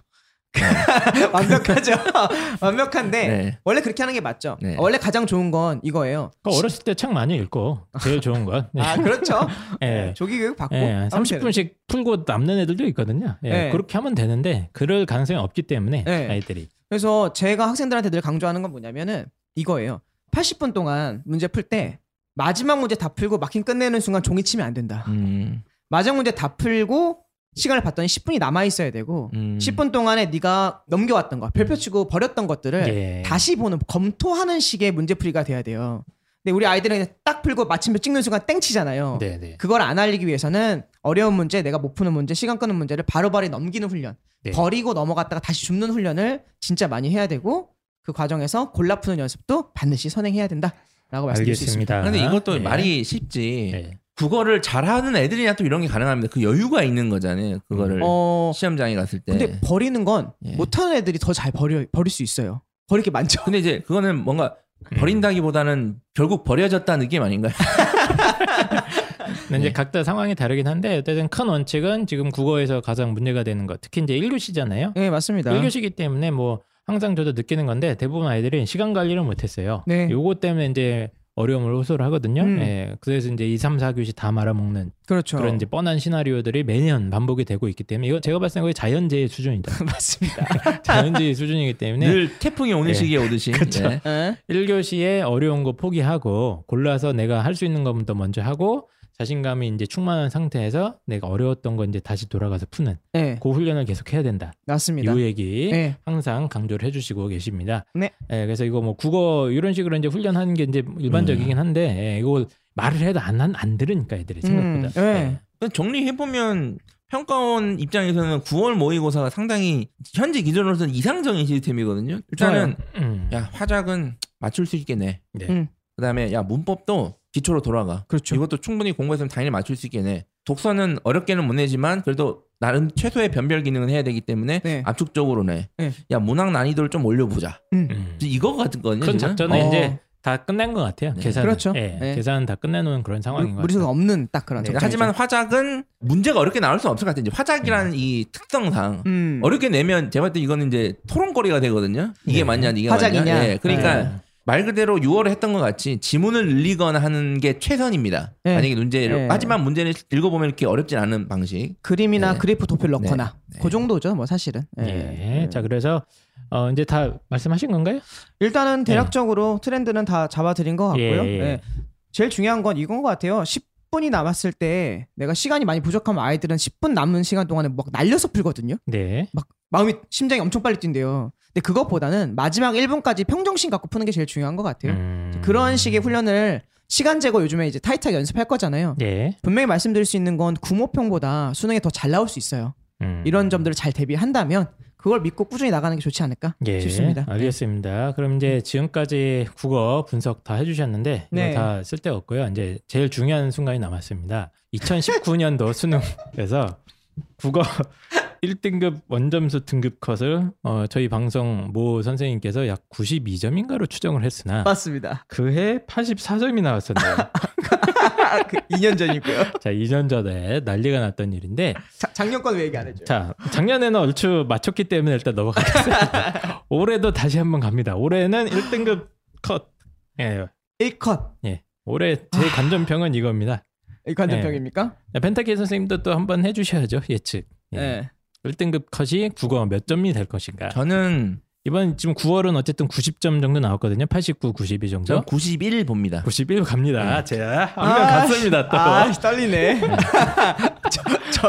A: 네.
C: 완벽하죠. 완벽한데
B: 네.
C: 원래 그렇게 하는 게 맞죠. 어,
B: 네.
C: 원래 가장 좋은 건 이거예요.
A: 그러니까 어렸을 네. 때 책 많이 읽고 제일 좋은 건.
C: 아 그렇죠.
A: 예.
C: 조기 교육 받고
A: 예,
C: 하면
A: 30분씩 풀고 남는 애들도 있거든요. 예,
C: 예.
A: 그렇게 하면 되는데 그럴 가능성이 없기 때문에
C: 예.
A: 아이들이
C: 그래서 제가 학생들한테 늘 강조하는 건 뭐냐면은 이거예요. 80분 동안 문제 풀 때 마지막 문제 다 풀고 막힌 끝내는 순간 종이 치면 안 된다.
B: 음.
C: 마지막 문제 다 풀고 시간을 봤더니 10분이 남아 있어야 되고
B: 음.
C: 10분 동안에 네가 넘겨왔던 거, 별표 치고 버렸던 것들을
A: 예.
C: 다시 보는 검토하는 식의 문제풀이가 돼야 돼요. 근데 우리 아이들은 그냥 딱 풀고 마침표 찍는 순간 땡치잖아요.
A: 네, 네.
C: 그걸 안 알리기 위해서는 어려운 문제, 내가 못 푸는 문제, 시간 끄는 문제를 바로바로 넘기는 훈련,
A: 네.
C: 버리고 넘어갔다가 다시 줍는 훈련을 진짜 많이 해야 되고 그 과정에서 골라 푸는 연습도 반드시 선행해야 된다라고 말씀드릴 수 있습니다.
A: 알겠습니다.
B: 근데 이것도
C: 네.
A: 예.
B: 말이 쉽지.
A: 예.
B: 국어를 잘하는 애들이나 또 이런 게 가능합니다. 그 여유가 있는 거잖아요. 그거를
C: 어,
B: 시험장에 갔을 때.
C: 근데
B: 근데,
C: 버리는 건
B: 예.
C: 못하는 애들이 더 잘 버려 버릴 수 있어요. 버릴 게 많죠.
B: 이제 그거는 뭔가 버린다기보다는 결국 버려졌다는 느낌 아닌가요?
A: 근데 이제 각자 상황이 다르긴 한데 어쨌든 큰 원칙은 지금 국어에서 가장 문제가 되는 것 특히 이제 1교시잖아요.
C: 네 맞습니다.
A: 1교시기 때문에 뭐 항상 저도 느끼는 건데 대부분 아이들이 시간 관리를 못했어요.
C: 네.
A: 요거 때문에 이제 어려움을 호소를 하거든요.
C: 음.
A: 예. 그래서 이제 2, 3, 4교시 다 말아먹는
C: 그렇죠.
A: 그런 이제 뻔한 시나리오들이 매년 반복이 되고 있기 때문에 이거 제가 봤을 때 거의 자연재해 수준이다.
C: 맞습니다.
A: 자연재해 수준이기 때문에
B: 늘 태풍이 오는
A: 예.
B: 시기에 오듯이.
A: 그쵸.
B: 예.
C: 예.
A: 1교시에 어려운 거 포기하고 골라서 내가 할 수 있는 것부터 먼저 하고 자신감이 이제 충만한 상태에서 내가 어려웠던 거 이제 다시 돌아가서 푸는
C: 네,
A: 그 훈련을 계속 해야 된다.
C: 맞습니다.
A: 이 얘기
C: 네.
A: 항상 강조를 해주시고 계십니다.
C: 네.
A: 예, 그래서 이거 뭐 국어 이런 식으로 이제 훈련하는 게 이제
C: 네.
A: 일반적이긴 한데 예, 이거 말을 해도 안 안 들으니까 애들이 생각보다.
C: 음, 네.
B: 근데 정리해보면 평가원 입장에서는 9월 모의고사가 상당히 현재 기준으로서는 이상적인 시스템이거든요. 일단은
A: 예. 음.
B: 야 화작은 맞출 수 있겠네.
A: 네.
C: 음.
B: 그다음에 야 문법도 기초로 돌아가.
C: 그렇죠.
B: 이것도 충분히 공부했으면 당연히 맞출 수 있겠네. 독서는 어렵게는 못 내지만 그래도 나름 최소의 변별 기능은 해야 되기 때문에
C: 네.
B: 압축적으로네.
C: 네.
B: 야 문학 난이도를 좀 올려보자.
A: 음.
B: 이거 같거든요.
A: 큰
B: 지금?
A: 작전은
C: 어.
A: 이제 다 끝낸 것 같아요.
B: 네.
A: 계산
C: 그렇죠.
A: 예,
C: 네.
A: 계산 다 끝내놓은 그런 상황인 것
C: 무리수가
A: 같아요.
C: 없는 딱 그런
B: 네,
C: 적정이죠.
B: 하지만 화작은 문제가 어렵게 나올 수는 없을 것 같아요. 이제 화작이라는 이 특성상
C: 음.
B: 어렵게 내면 제가 봤을 때 이거는 이제 토론거리가 되거든요. 이게
A: 네.
B: 맞냐, 이게
C: 화작이냐.
B: 맞냐. 예, 그러니까
A: 네.
B: 말 그대로 6월에 했던 것 같이 지문을 늘리거나 하는 게 최선입니다.
C: 네.
B: 만약에 문제를
C: 네.
B: 하지만 문제를 읽어보면 이렇게 어렵진 않은 방식.
C: 그림이나
B: 네.
C: 그래프 도표를 넣거나
B: 네. 네.
C: 그 정도죠. 뭐 사실은. 예.
A: 예.
C: 예.
A: 자 그래서 어, 이제 다 말씀하신 건가요?
C: 일단은 대략적으로 트렌드는 다 잡아드린 것 같고요.
A: 예, 예.
C: 예. 제일 중요한 건 이건 것 같아요. 10분이 남았을 때 내가 시간이 많이 부족하면 아이들은 10분 남은 시간 동안에 막 날려서 풀거든요.
A: 네.
C: 마음이 심장이 엄청 빨리 뛴대요. 근데 그것보다는 마지막 1분까지 평정심 갖고 푸는 게 제일 중요한 것 같아요.
A: 음.
C: 그런 식의 훈련을 시간 제고 요즘에 이제 타이트하게 연습할 거잖아요.
A: 예.
C: 분명히 말씀드릴 수 있는 건 구모평보다 수능에 더 잘 나올 수 있어요.
A: 음.
C: 이런 점들을 잘 대비한다면 그걸 믿고 꾸준히 나가는 게 좋지 않을까
A: 예,
C: 싶습니다. 네.
A: 알겠습니다. 그럼 이제 지금까지 국어 분석 다 해주셨는데
C: 네.
A: 이거 다 쓸데없고요. 이제 제일 중요한 순간이 남았습니다. 2019년도 수능에서 국어 1등급 원점수 등급 컷을 어, 저희 방송 모 선생님께서 약 92점인가로 추정을 했으나
C: 아. 맞습니다.
A: 그해 84점이 나왔었네요.
C: 그 2년 전이고요.
A: 자, 2년 전에 난리가 났던 일인데
C: 자, 작년 건 왜 얘기 안 해줘요?
A: 자, 작년에는 얼추 맞췄기 때문에 일단 넘어가겠습니다. 올해도 다시 한번 갑니다. 올해는 1등급 컷. 예.
C: 1컷
A: 예. 올해 제
C: 아.
A: 관전평은 이겁니다.
C: 이
A: 예.
C: 관전평입니까?
A: 자, 펜타키 선생님도 또 한번 해 주셔야죠. 예측. 예.
C: 네.
A: 1등급 컷이 국어 몇 점이 될 것인가?
B: 저는
A: 이번 지금 9월은 어쨌든 90점 정도 나왔거든요. 89, 92
B: 저는
A: 정도.
B: 91 봅니다.
A: 91 갑니다. 제가 한명
C: 아,
A: 갔습니다. 또.
C: 아 떨리네. 저,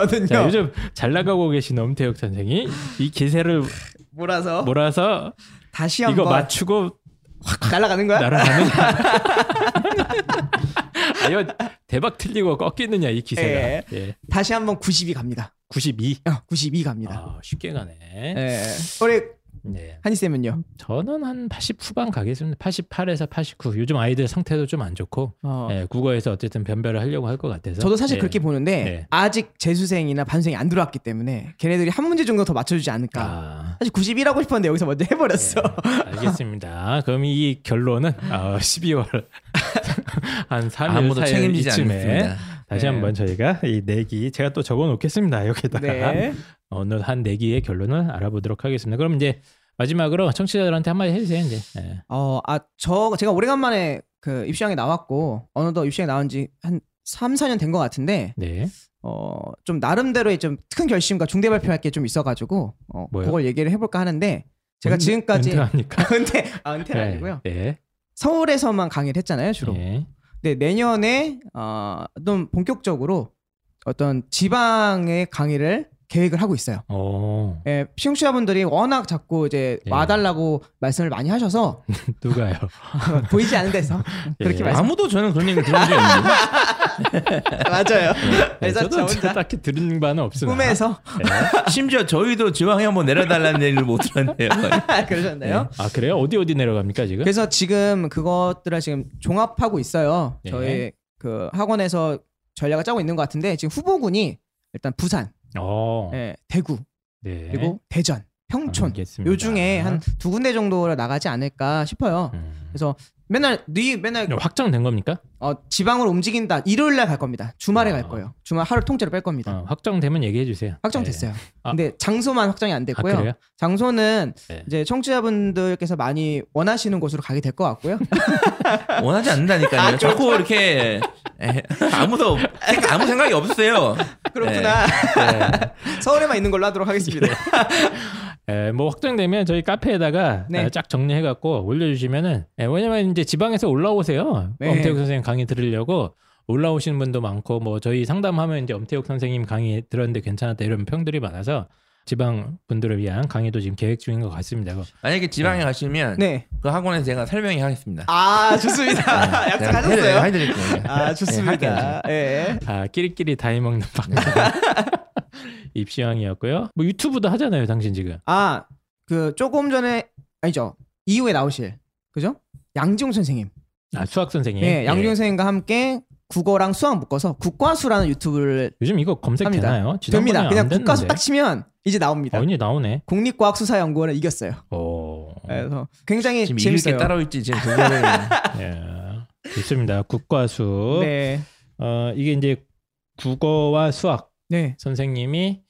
C: 저는요.
A: 자, 요즘 잘 나가고 계신 엄태혁 선생이 이 기세를
C: 몰아서
A: 몰아서
C: 다시
A: 뭐 이거
C: 한번
A: 맞추고
C: 확 날아가는 거야?
A: 날아가느냐. 아, 이거 대박 틀리고 꺾이느냐 이 기세가. 예.
C: 다시 한번 92 갑니다.
A: 92.
C: 어, 92 갑니다.
A: 아, 쉽게 가네.
C: 예. 우리
A: 네.
C: 한이 쌤은요?
A: 저는 한 80 후반 가겠습니다. 88에서 89. 요즘 아이들 상태도 좀 안 좋고
C: 어.
A: 예, 국어에서 어쨌든 변별을 하려고 할 것 같아서.
C: 저도 사실
A: 예.
C: 그렇게 보는데
A: 네.
C: 아직 재수생이나 반수생이 안 들어왔기 때문에 걔네들이 한 문제 정도 더 맞춰주지 않을까.
A: 아,
C: 사실 91하고 싶었는데 여기서 먼저 해버렸어.
A: 예, 알겠습니다. 그럼 이 결론은 어, 12월 한 3일
B: 아무도
A: 사이
B: 책임지지
A: 이쯤에
B: 않습니다.
A: 다시
C: 네.
A: 한번 저희가 이 내기 제가 또 적어 놓겠습니다. 여기다가.
C: 네.
A: 어, 오늘 한 내기의 결론을 알아보도록 하겠습니다. 그럼 이제 마지막으로 청취자들한테 한마디 해주세요. 이제 예.
C: 어, 아, 저, 제가 오래간만에 그 입시왕에 나왔고, 어느덧 입시왕에 나온 지 한 3, 4년 된 것 같은데,
A: 네,
C: 어, 좀 나름대로의 좀 큰 결심과 중대 발표할 게 좀 있어가지고, 어,
A: 뭐요?
C: 그걸 얘기를 해볼까 하는데, 제가
A: 은-
C: 지금까지.
A: 은퇴합니까?
C: 은퇴, 아, 은퇴는 아니고요.
A: 네,
C: 서울에서만 강의를 했잖아요, 주로.
A: 네.
C: 네, 내년에 어, 좀 본격적으로 어떤 지방의 강의를 계획을 하고 있어요.
A: 오,
C: 예, 시청자분들이 워낙 자꾸 이제
A: 예.
C: 와달라고 말씀을 많이 하셔서
A: 누가요?
C: 보이지 않는 데서 그렇게
A: 예.
C: 말씀.
B: 아무도 저는 그런 얘기 들은 적이 없는데.
C: 맞아요.
A: 네,
C: 그래서 저
A: 저도
C: 혼자
A: 딱히 들은 바는 없으나
C: 꿈에서
B: 심지어 저희도 지방에 한번 내려달라는 얘기를 못 들었네요.
A: 네.
C: 그러셨나요?
A: 아 그래요? 어디 어디 내려갑니까 지금?
C: 그래서 지금 그것들을 지금 종합하고 있어요.
A: 예.
C: 저희 그 학원에서 전략을 짜고 있는 것 같은데 지금 후보군이 일단 부산,
A: 어, 아,
C: 예, 대구,
A: 네.
C: 그리고 대전, 평촌
A: 알겠습니다. 네.
C: 요 중에 한 두 군데 정도로 나가지 않을까 싶어요.
A: 음. 어,
C: 그래서 맨날 네 맨날
A: 확정된 겁니까?
C: 어, 지방으로 움직인다. 일요일 날 갈 겁니다. 주말에
A: 아.
C: 갈 거예요. 주말 하루 통째로 뺄 겁니다.
A: 어, 확정되면 얘기해 주세요.
C: 네. 확정됐어요.
A: 아.
C: 근데 장소만 확정이 안
A: 네. 아
C: 됐고요.
A: 그래요?
C: 장소는
A: 네.
C: 이제 청취자분들께서 많이 원하시는 곳으로 가게 될 것 같고요.
A: 네.
B: 원하지 않는다니까요.
C: 아,
B: 자꾸 이렇게 에, 아무도 생각- 아무 생각이 없으세요.
C: 그렇구나.
A: 네.
C: 서울에만 있는 걸로 하도록 하겠습니다.
A: 에, 뭐 확정되면 저희 카페에다가
C: 네.
A: 에, 쫙 정리해갖고 올려주시면은 에, 왜냐면 이제 지방에서 올라오세요.
C: 네.
A: 엄태욱 선생님 강의 들으려고 올라오시는 분도 많고 뭐 저희 상담하면 이제 엄태욱 선생님 강의 들었는데 괜찮았다 이런 평들이 많아서 지방 분들을 위한 강의도 지금 계획 중인 것 같습니다. 그거
B: 만약에 지방에 가시면
C: 네.
B: 그 학원에서 제가 설명이 하겠습니다.
C: 아 좋습니다.
B: 네, 제가
C: 약속하셨어요.
B: 해드- 해드릴게요.
C: 아
B: 네, 할게요,
C: 좋습니다. 예.
A: 다 아, 끼리끼리 다해 먹는 방송 입시왕이었고요. 뭐 유튜브도 하잖아요, 당신 지금.
C: 아 그 조금 전에 아니죠 이후에 나오실 그죠? 양지용 선생님.
A: 아 수학 선생님.
C: 네, 양지용
A: 예.
C: 선생님과 함께 국어랑 수학 묶어서 국과수라는 유튜브를
A: 요즘 이거 검색
C: 합니다.
A: 되나요?
C: 됩니다. 그냥 국과수 딱
A: 치
C: 치면 이제 나옵니다.
A: 어, 이제 나오네.
C: 국립과학수사연구원을 이겼어요.
A: 오.
C: 그래서 굉장히
B: 지금 이길 게
C: 재밌어요.
B: 따라올지 지금 그거는
A: 예. 좋습니다. 국과수.
C: 네.
A: 어, 이게 이제 국어와 수학
C: 네.
A: 선생님이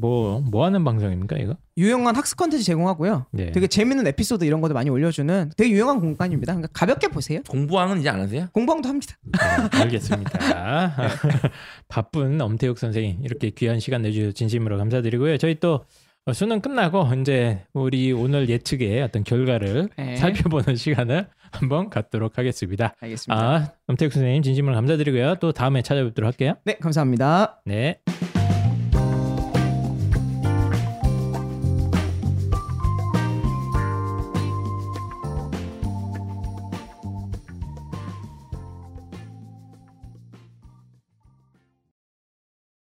A: 뭐 뭐 하는 방송입니까 이거?
C: 유용한 학습 컨텐츠 제공하고요.
A: 네.
C: 되게 재밌는 에피소드 이런 것도 많이 올려주는 되게 유용한 공간입니다. 그러니까 가볍게 보세요.
B: 공부왕은 이제 안 하세요?
C: 공부왕도 합니다.
A: 네, 알겠습니다. 바쁜 엄태욱 선생님 이렇게 귀한 시간 내주셔서 진심으로 감사드리고요. 저희 또 어, 수능 끝나고 이제 우리 오늘 예측의 어떤 결과를
C: 네.
A: 살펴보는 시간을 한번 갖도록 하겠습니다.
C: 알겠습니다.
A: 아, 엄태욱 선생님 진심으로 감사드리고요. 또 다음에 찾아뵙도록 할게요.
C: 네, 감사합니다.
A: 네.